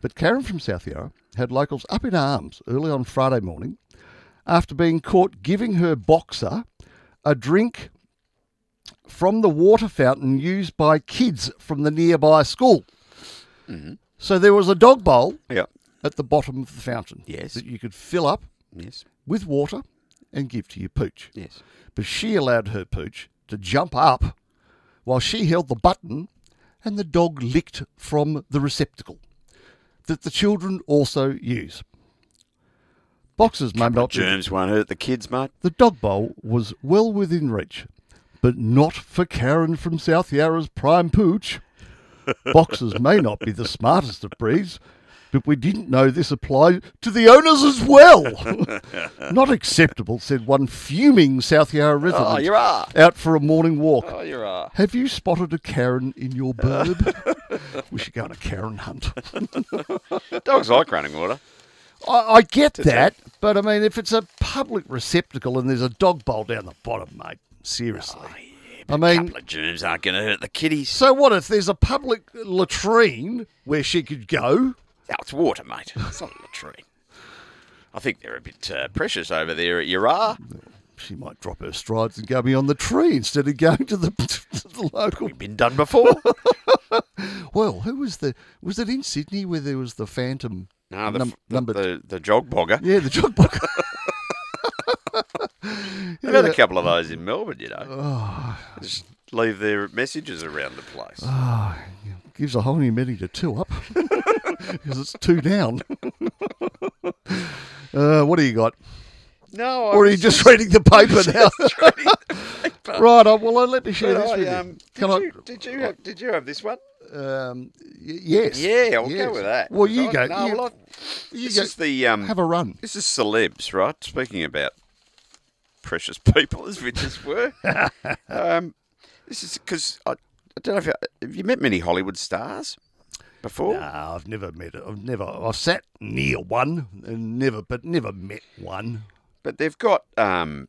S1: But Karen from South Yarra had locals up in arms early on Friday morning after being caught giving her boxer a drink from the water fountain used by kids from the nearby school. So there was a dog bowl
S2: Yeah.
S1: at the bottom of the fountain
S2: Yes.
S1: that you could fill up
S2: Yes.
S1: with water and give to your pooch.
S2: Yes.
S1: But she allowed her pooch to jump up while she held the button and the dog licked from the receptacle that the children also use. Boxers may not be
S2: Germs won't hurt the kids, mate.
S1: the dog bowl was well within reach, but not for Karen from South Yarra's prime pooch. Boxers may not be the smartest of breeds, but we didn't know this applied to the owners as well. not acceptable, said one fuming South Yarra resident.
S2: Oh, you are.
S1: Out for a morning walk.
S2: Oh, you are.
S1: Have you spotted a Karen in your burb? we should go on a Karen hunt.
S2: Dogs like running water.
S1: I, I get that, but I mean, if it's a public receptacle and there's a dog bowl down the bottom, mate,
S2: Oh,
S1: seriously. I mean,
S2: The germs aren't going to hurt the kiddies.
S1: so what if there's a public latrine where she could go?
S2: Oh, it's water, mate. It's not a latrine. I think they're a bit uh, precious over there at Yarra.
S1: She might drop her strides and go beyond the tree instead of going to the, to the local.
S2: Been done before.
S1: Well, who was the? Was it in Sydney where there was the phantom?
S2: no, the,
S1: num-
S2: f- the, the, the jog bogger.
S1: yeah, the jog book.
S2: They've had a couple of those in Melbourne, you know.
S1: Oh.
S2: Just leave their messages around the place.
S1: Ah. gives a whole new meaning to two up because it's two down. uh, what do you got?
S2: no,
S1: Or are you just reading the paper now? right, I, well, let me share this with you.
S2: um, did,
S1: Can I?
S2: you, did you have, did you have this one?
S1: Um, y- yes.
S2: Yeah, I'll
S1: yes.
S2: go with that.
S1: Well, you
S2: I-
S1: go.
S2: no,
S1: you
S2: well, I-
S1: you
S2: this
S1: go-
S2: is the um,
S1: have a run.
S2: This is celebs, right? Speaking about precious people, as we just were. um, this is because I, I don't know if you, have you met many Hollywood stars before.
S1: Nah, I've never met. it. I've never. I've sat near one and never, but never met one.
S2: But they've got um,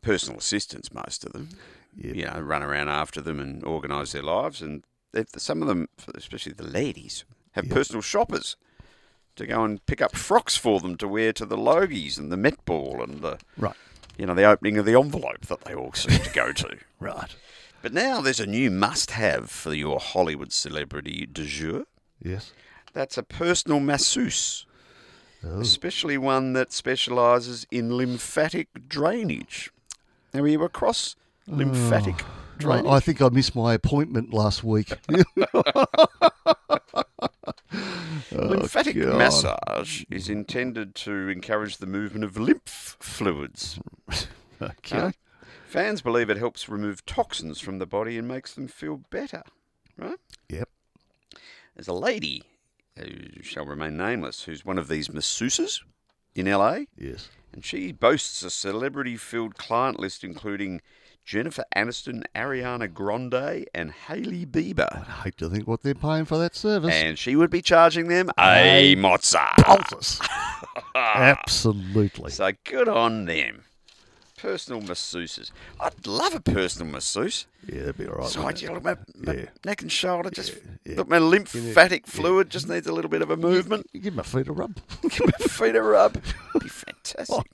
S2: personal assistants, most of them.
S1: Yeah.
S2: You know, run around after them and organise their lives. And they've, some of them, especially the ladies, have personal shoppers to go and pick up frocks for them to wear to the Logies and the Met Ball and the,
S1: Right,
S2: you know, the opening of the envelope that they all seem to go to.
S1: right.
S2: But now there's a new must-have for your Hollywood celebrity de jour.
S1: Yes.
S2: That's a personal masseuse,
S1: Oh.
S2: especially one that specialises in lymphatic drainage. Now, are you across lymphatic
S1: Right,
S2: drainage?
S1: I think I missed my appointment last week.
S2: lymphatic
S1: God.
S2: massage is intended to encourage the movement of lymph fluids.
S1: okay.
S2: Fans believe it helps remove toxins from the body and makes them feel better, right?
S1: Yep.
S2: There's a lady who shall remain nameless who's one of these masseuses in LA,
S1: Yes.
S2: and she boasts a celebrity filled client list including Jennifer Aniston, Ariana Grande, and Hailey Bieber.
S1: I hate to think what they're paying for that service.
S2: And she would be charging them a mozza.
S1: Altus. Absolutely.
S2: So good on them. Personal masseuses. I'd love a personal masseuse.
S1: Yeah, that'd be all right.
S2: So I
S1: wouldn't
S2: just
S1: it?
S2: look my, my
S1: Yeah.
S2: neck and shoulder. Just
S1: yeah.
S2: look, my lymphatic fluid just needs a little bit of a movement.
S1: You give my feet a rub.
S2: Give my feet a rub. Be
S1: Oh,
S2: fantastic.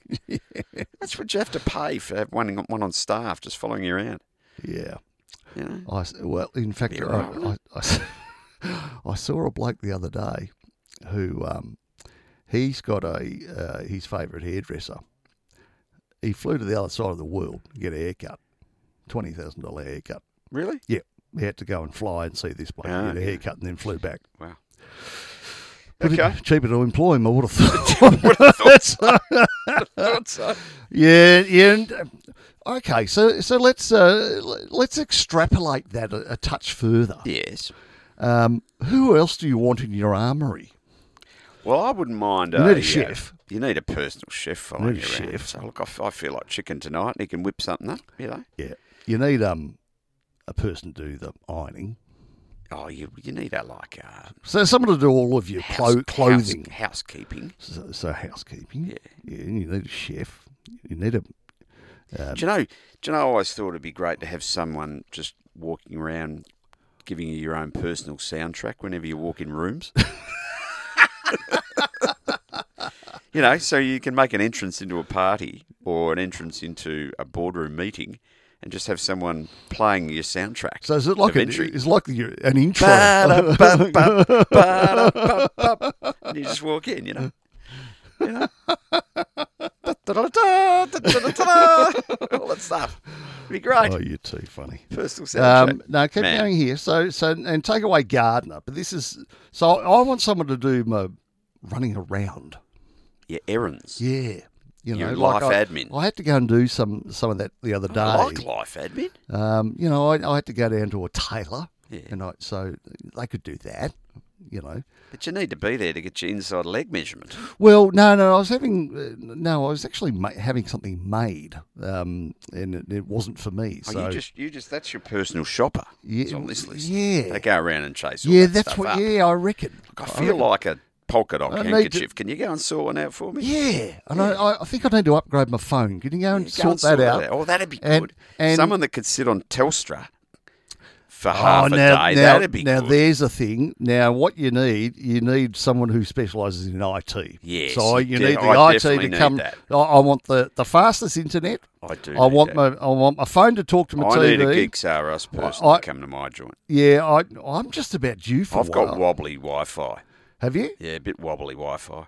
S2: That's what you have to pay for have one one on staff just following you around.
S1: yeah.
S2: You know,
S1: I s- well, in fact,
S2: Be
S1: I,
S2: all right, wouldn't
S1: I, I s- I saw a bloke the other day who um, he's got a uh, his favourite hairdresser. He flew to the other side of the world to get a haircut, twenty thousand dollar haircut.
S2: really?
S1: Yeah, he had to go and fly and see this bloke,
S2: Ah,
S1: get a
S2: yeah.
S1: haircut, and then flew back.
S2: Wow.
S1: But it-
S2: Okay.
S1: cheaper to employ him. I would have thought. That's- yeah, yeah. And, um, okay, so so let's uh, l- let's extrapolate that a, a touch further.
S2: Yes.
S1: Um, who else do you want in your armory?
S2: Well, I wouldn't mind.
S1: You
S2: uh,
S1: need a
S2: yeah,
S1: chef.
S2: you need a personal chef following
S1: Need a
S2: you around.
S1: chef.
S2: So look, I, f- I feel like chicken tonight, and he can whip something up. You know.
S1: Yeah, you need um a person to do the ironing.
S2: Oh, you you need a like uh,
S1: So someone to do all of your
S2: house-
S1: clo- clothing.
S2: house, housekeeping.
S1: So, so housekeeping. Yeah. yeah, and you need a chef. You need a
S2: do you know? Do you know? I always thought it'd be great to have someone just walking around, giving you your own personal soundtrack whenever you walk in rooms. You know, so you can make an entrance into a party or an entrance into a boardroom meeting and just have someone playing your soundtrack.
S1: So is it like a,
S2: eventually.
S1: it's like your- an intro?
S2: Ba-da-ba-ba, ba-da-ba-ba. And you just walk in, you know. You know? Da-da-da-da, da-da-da-da. All that stuff. It'd be great.
S1: Oh, you're too funny.
S2: Personal soundtrack.
S1: Um, no, keep
S2: Man.
S1: going here. So, so and take away Gardner, but this is so I want someone to do my running around.
S2: Your errands.
S1: Yeah, you know,
S2: Your
S1: like
S2: life
S1: I,
S2: admin.
S1: I had to go and do some some of that the other day.
S2: I like life admin.
S1: Um, you know, I, I had to go down to a tailor,
S2: Yeah.
S1: and I, so they could do that. You know,
S2: But you need to be there to get your inside leg measurement.
S1: well, no, no, I was having uh, no, I was actually ma- having something made, um, and it, it wasn't for me.
S2: Oh,
S1: So
S2: you just, you just, that's your personal shopper.
S1: Yeah,
S2: It's on this list.
S1: yeah.
S2: They go around and chase all
S1: yeah,
S2: that
S1: that's
S2: stuff
S1: what.
S2: up.
S1: Yeah, I reckon.
S2: I
S1: reckon-
S2: feel like a polka dot
S1: I need to-
S2: handkerchief. Can you go and sort one out for me?
S1: Yeah, and I I, I think I need to upgrade my phone. Can you go and,
S2: Yeah, go
S1: sort,
S2: and
S1: that out?
S2: Oh, that'd be
S1: And-
S2: good.
S1: and-
S2: Someone that could sit on Telstra for
S1: Oh,
S2: half a
S1: now,
S2: day.
S1: now,
S2: that'd be
S1: now
S2: good.
S1: there's a thing. Now, what you need, you need someone who specialises in IT.
S2: Yes,
S1: So
S2: you
S1: you
S2: de-
S1: need the
S2: I
S1: IT
S2: definitely
S1: to
S2: need
S1: come.
S2: that.
S1: I, I want the, the fastest internet.
S2: I do
S1: I
S2: need
S1: want
S2: that.
S1: my I want my phone to talk to my
S2: I
S1: TV.
S2: need a geeks R Us person
S1: I-
S2: to come to my joint.
S1: Yeah, I I'm just about due for
S2: I've
S1: one.
S2: got wobbly Wi-Fi.
S1: Have you?
S2: Yeah, a bit wobbly Wi-Fi.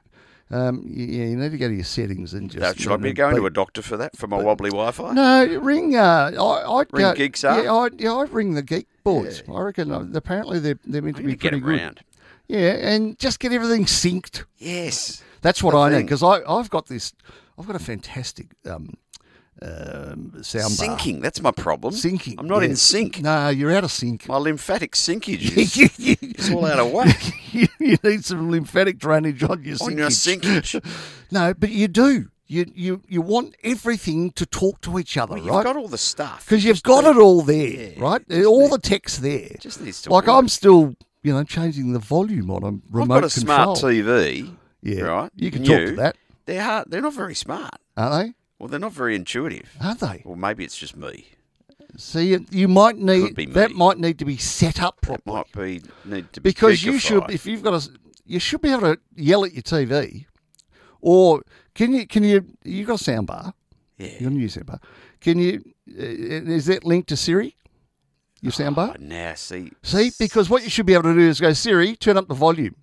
S1: Um, y- yeah, you need to go to your settings and just.
S2: Now, should I be going to a doctor for that for my wobbly Wi-Fi?
S1: No, ring. Uh, I, I'd
S2: Ring
S1: go,
S2: Geeks
S1: yeah,
S2: Up?
S1: I, yeah, I'd ring the geek boys. I reckon. uh, Apparently, they're they're meant to
S2: You
S1: be
S2: get
S1: pretty good.
S2: around.
S1: Yeah, and just get everything synced.
S2: Yes.
S1: That's what
S2: the
S1: I need
S2: thing.
S1: because I I've got this. I've got a fantastic um, um, sound
S2: Sinking. That's my problem.
S1: Bar. Syncing.
S2: I'm not
S1: yeah.
S2: in sync.
S1: No, you're out of sync.
S2: My lymphatic sinkage is
S1: you, you,
S2: it's all out of whack.
S1: you need some lymphatic drainage on your
S2: On your
S1: syncage.
S2: sinkage.
S1: No, but you do. You you you want everything to talk to each other,
S2: You've
S1: right?
S2: got all the stuff.
S1: because you've got it all there,
S2: Yeah,
S1: right? All the text there.
S2: just needs to
S1: like
S2: work.
S1: I'm still, you know, changing the volume on a
S2: I've
S1: remote
S2: got a
S1: control.
S2: smart TV.
S1: Yeah,
S2: Right.
S1: you can talk to
S2: New.
S1: that.
S2: They're hard. They're not very smart.
S1: Are they?
S2: Well, they're not very intuitive.
S1: Are they?
S2: Or maybe it's just me.
S1: See, you, you might need
S2: Could be
S1: that.
S2: me.
S1: Might need to be set up
S2: It
S1: properly
S2: might be need to be
S1: because you should.
S2: geekified.
S1: If you've got a, s- you should be able to yell at your TV, or can you? Can you? You got a soundbar. You
S2: yeah.
S1: got a new soundbar. Can you? uh, Is that linked to Siri? Your soundbar.
S2: Oh, now see.
S1: See, because what you should be able to do is go Siri, turn up the volume.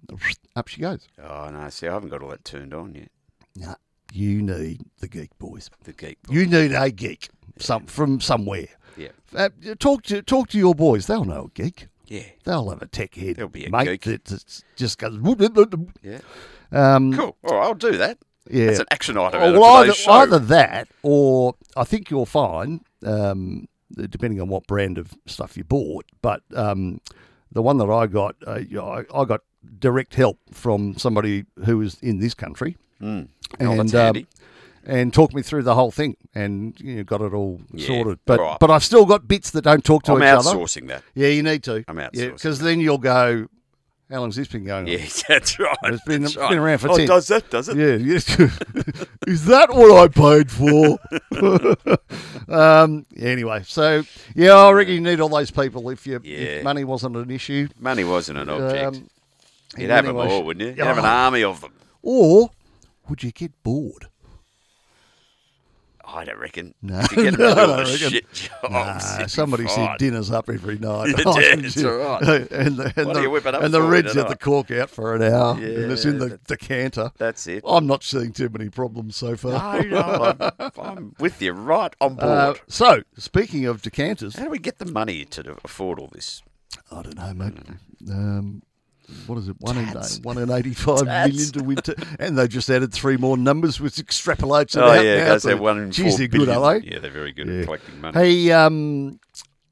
S1: Up she goes.
S2: Oh no, see, I haven't got all that turned on yet.
S1: Nah, you need the geek boys.
S2: The geek. book.
S1: You need a geek some from somewhere.
S2: Yeah.
S1: Uh, talk to talk to your boys. They'll know a geek.
S2: Yeah.
S1: They'll have a tech head.
S2: There'll be a
S1: mate
S2: geek.
S1: that that just goes. whoop, whoop, whoop, whoop.
S2: Yeah.
S1: Um,
S2: Cool. All right, I'll do that.
S1: Yeah.
S2: That's an action item.
S1: Oh,
S2: out of
S1: well, either,
S2: today's show.
S1: either that, or I think you'll find, um, depending on what brand of stuff you bought, but um, the one that I got, uh, you know, I, I got direct help from somebody who was in this country,
S2: Oh,
S1: and
S2: that's
S1: um,
S2: handy.
S1: and talked me through the whole thing, and you know, got it all
S2: Yeah,
S1: sorted. But
S2: right.
S1: but I've still got bits that don't talk to
S2: I'm
S1: each other.
S2: outsourcing that.
S1: Yeah, you need to.
S2: I'm outsourcing
S1: because then you'll go. How long's this been going on?
S2: Yeah, that's right.
S1: It's been-
S2: that's
S1: it's
S2: right.
S1: been around for
S2: Oh,
S1: 10.
S2: does that? Does it?
S1: Yeah, yes. is that what I paid for? um, anyway, so yeah, I reckon you need all those people if your
S2: Yeah.
S1: if money wasn't an issue.
S2: Money wasn't an object.
S1: Um,
S2: You'd have them
S1: anyway,
S2: all,
S1: sh-
S2: wouldn't you? You'd have an
S1: Oh.
S2: army of them.
S1: Or would you get bored?
S2: Oh, I don't reckon. No, if you get them to do all the shit jobs,
S1: Ah,
S2: Oh, you'd be
S1: somebody
S2: fine.
S1: said dinner's up every night. Oh,
S2: Yeah, it's all right.
S1: and the, and
S2: What do you whip it
S1: the,
S2: up
S1: and the
S2: for
S1: Reds
S2: tonight?
S1: had the cork out for an hour, and it's in
S2: Yeah,
S1: the decanter.
S2: That's it.
S1: I'm not seeing too many problems so far.
S2: No, no, I'm, I'm with you right on board.
S1: Uh, so, speaking of decanters,
S2: How do we get the money to do- afford all this?
S1: I don't know, mate. Um, what is it? One in
S2: Tats.
S1: one in eighty-five million
S2: Tats.
S1: to win, t- and they just added three more numbers, which extrapolates it
S2: oh
S1: out
S2: yeah,
S1: now
S2: guys,
S1: to-
S2: they're one in
S1: Geez,
S2: four
S1: they're good,
S2: billion.
S1: are they?
S2: Yeah, they're very good
S1: Yeah.
S2: at collecting money.
S1: Hey, um,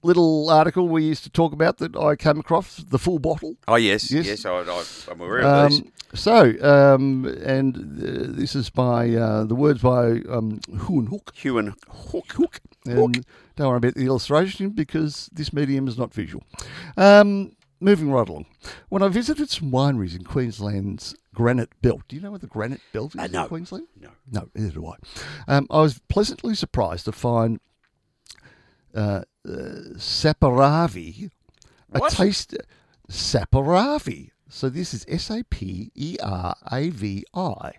S1: little article we used to talk about that I came across the full bottle.
S2: oh yes,
S1: yes.
S2: yes, I, I, I'm aware of these.
S1: Um, so, um, and uh, this is by uh, the words by um, Who and Hook.
S2: Hugh and oh, Hook.
S1: Hook. And don't worry about the illustration because this medium is not visual. Um, moving right along. When I visited some wineries in Queensland's Granite Belt, do you know where the Granite Belt is
S2: Uh, no.
S1: in Queensland?
S2: No.
S1: No, neither do I. Um, I was pleasantly surprised to find uh, uh, Saparavi, a
S2: What?
S1: taste. Saparavi. So this is S A P E R A V I.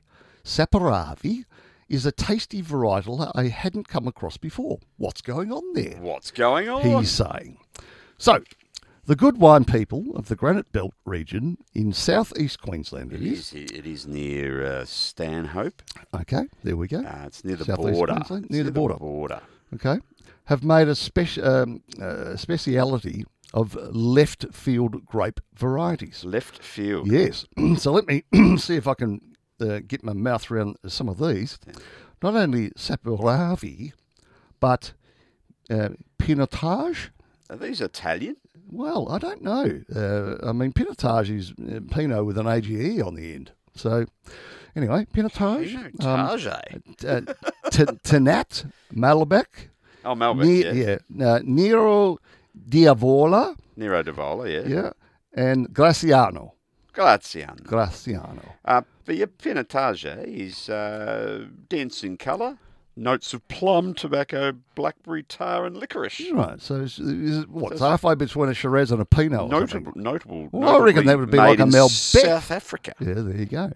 S1: Saparavi is a tasty varietal I hadn't come across before. What's going on there?
S2: What's going on?
S1: He's saying. So, the good wine people of the Granite Belt region in southeast Queensland, it
S2: It
S1: is.
S2: is, it is near uh, Stanhope.
S1: Okay, there we go.
S2: Uh, it's near the
S1: Southeast
S2: border.
S1: Queensland,
S2: It's
S1: near the border.
S2: border.
S1: okay, have made a speci- um, uh, speciality of left field grape varieties.
S2: Left field.
S1: Yes. so let me see if I can uh, get my mouth around some of these. Not only Sapuravi, but uh, Pinotage.
S2: Are these Italian?
S1: Well, I don't know. Uh, I mean, Pinotage is uh, Pinot with an AGE on the end. So, anyway, Pinotage.
S2: Pinotage.
S1: Um, uh, T- Tanat, Malbec.
S2: Oh, Malbec,
S1: Ne-
S2: yeah.
S1: yeah. Uh, Nero Diavola,
S2: Nero Davola, yeah.
S1: yeah, and Graciano.
S2: Graziano.
S1: Graciano.
S2: Uh, but your pinotage is uh, dense in colour, notes of plum, tobacco, blackberry, tar, and licorice.
S1: Right, so it's, is it, what, it's halfway between a Shiraz and a Pinot or something?
S2: Notable, notable.
S1: Oh, Well, I reckon
S2: notably
S1: that would be like
S2: made
S1: a
S2: in
S1: Malbec.
S2: South Africa.
S1: Yeah, there you go.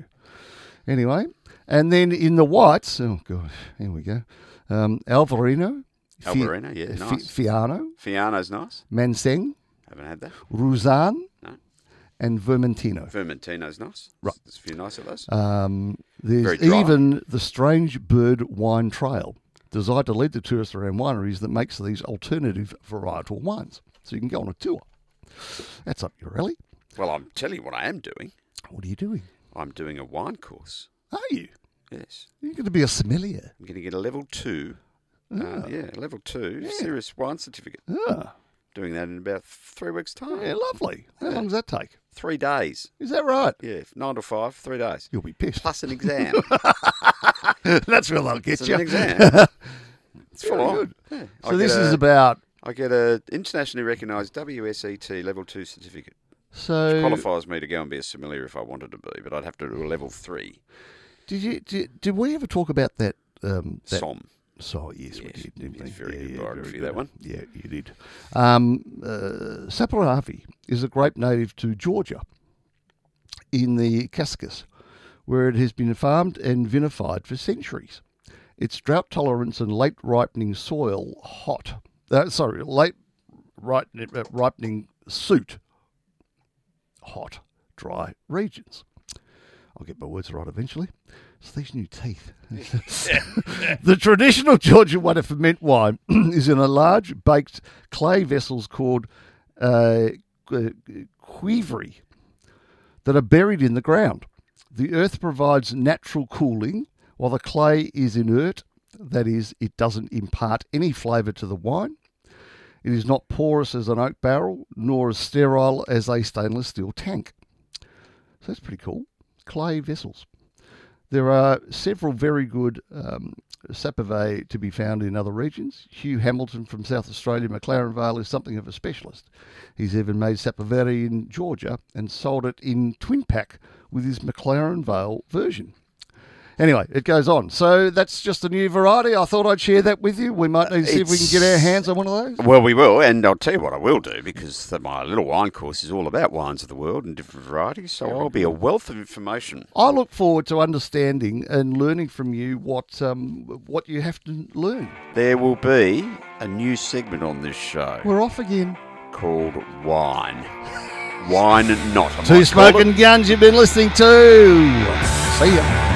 S1: Anyway, and then in the whites, oh gosh, here we go. Um, Alvarino, Fi-
S2: Alvarino, yeah,
S1: Fi-
S2: nice.
S1: Fiano,
S2: Fiano's nice.
S1: Manseng,
S2: Haven't had that.
S1: Rouzan,
S2: No.
S1: and Vermentino.
S2: Vermentino's nice.
S1: Right.
S2: There's a few nice of those.
S1: Um,
S2: Very
S1: there's
S2: dry.
S1: even the strange bird wine trail, designed to lead the tourists around wineries that makes these alternative varietal wines. So you can go on a tour. That's up your alley.
S2: well, I'm telling you what I am doing.
S1: What are you doing?
S2: I'm doing a wine course.
S1: Are you?
S2: Yes.
S1: You're going to be a sommelier.
S2: I'm going to get a level two. Uh, yeah, level two serious wine certificate.
S1: Ah,
S2: Doing that in about three weeks' time.
S1: yeah, lovely. How long does that take?
S2: Three days.
S1: Is that right?
S2: Yeah, nine to five, three days.
S1: You'll be pissed.
S2: Plus an exam.
S1: That's where they'll get
S2: it's
S1: you.
S2: an exam. It's full
S1: Very
S2: on.
S1: good.
S2: Yeah. I
S1: So
S2: get
S1: this is
S2: a-
S1: about
S2: I get a internationally recognised WSET E level two certificate.
S1: so.
S2: Qualifies me to go and be a sommelier if I wanted to be, but I'd have to do a level three.
S1: Did you did, did we ever talk about that? Um, that
S2: Som.
S1: So yes, we did. didn't
S2: it's
S1: we?
S2: very good
S1: uh, very
S2: biography,
S1: good.
S2: that one.
S1: Yeah, you did. Um, uh, Saparavi is a grape native to Georgia in the Caucasus, where it has been farmed and vinified for centuries. Its drought tolerance and late ripening soil hot. Uh, sorry, late ripening, uh, ripening suit hot, dry regions. I'll get my words right eventually. It's these new teeth. the traditional Georgian way to ferment wine is in a large baked clay vessels called uh, qu- quivri that are buried in the ground. The earth provides natural cooling while the clay is inert, that is, it doesn't impart any flavour to the wine. It is not porous as an oak barrel, nor as sterile as a stainless steel tank. So that's pretty cool. Clay vessels. There are several very good um, Sapave to be found in other regions. Hugh Hamilton from South Australia, McLaren Vale, is something of a specialist. He's even made Sapaveri in Georgia and sold it in twin pack with his McLaren Vale version. Anyway, it goes on. So that's just a new variety. I thought I'd share that with you. We might need to see if we can get our
S2: It's-
S1: hands on one of those.
S2: Well, we will, and I'll tell you what I will do because the, my little wine course is all about wines of the world and different varieties. So I'll be a wealth of information.
S1: I look forward to understanding and learning from you what um, what you have to learn.
S2: There will be a new segment on this show
S1: We're off again.
S2: called Wine. Wine Not.
S1: Two
S2: I might call it.
S1: smoking guns you've been listening to. See ya.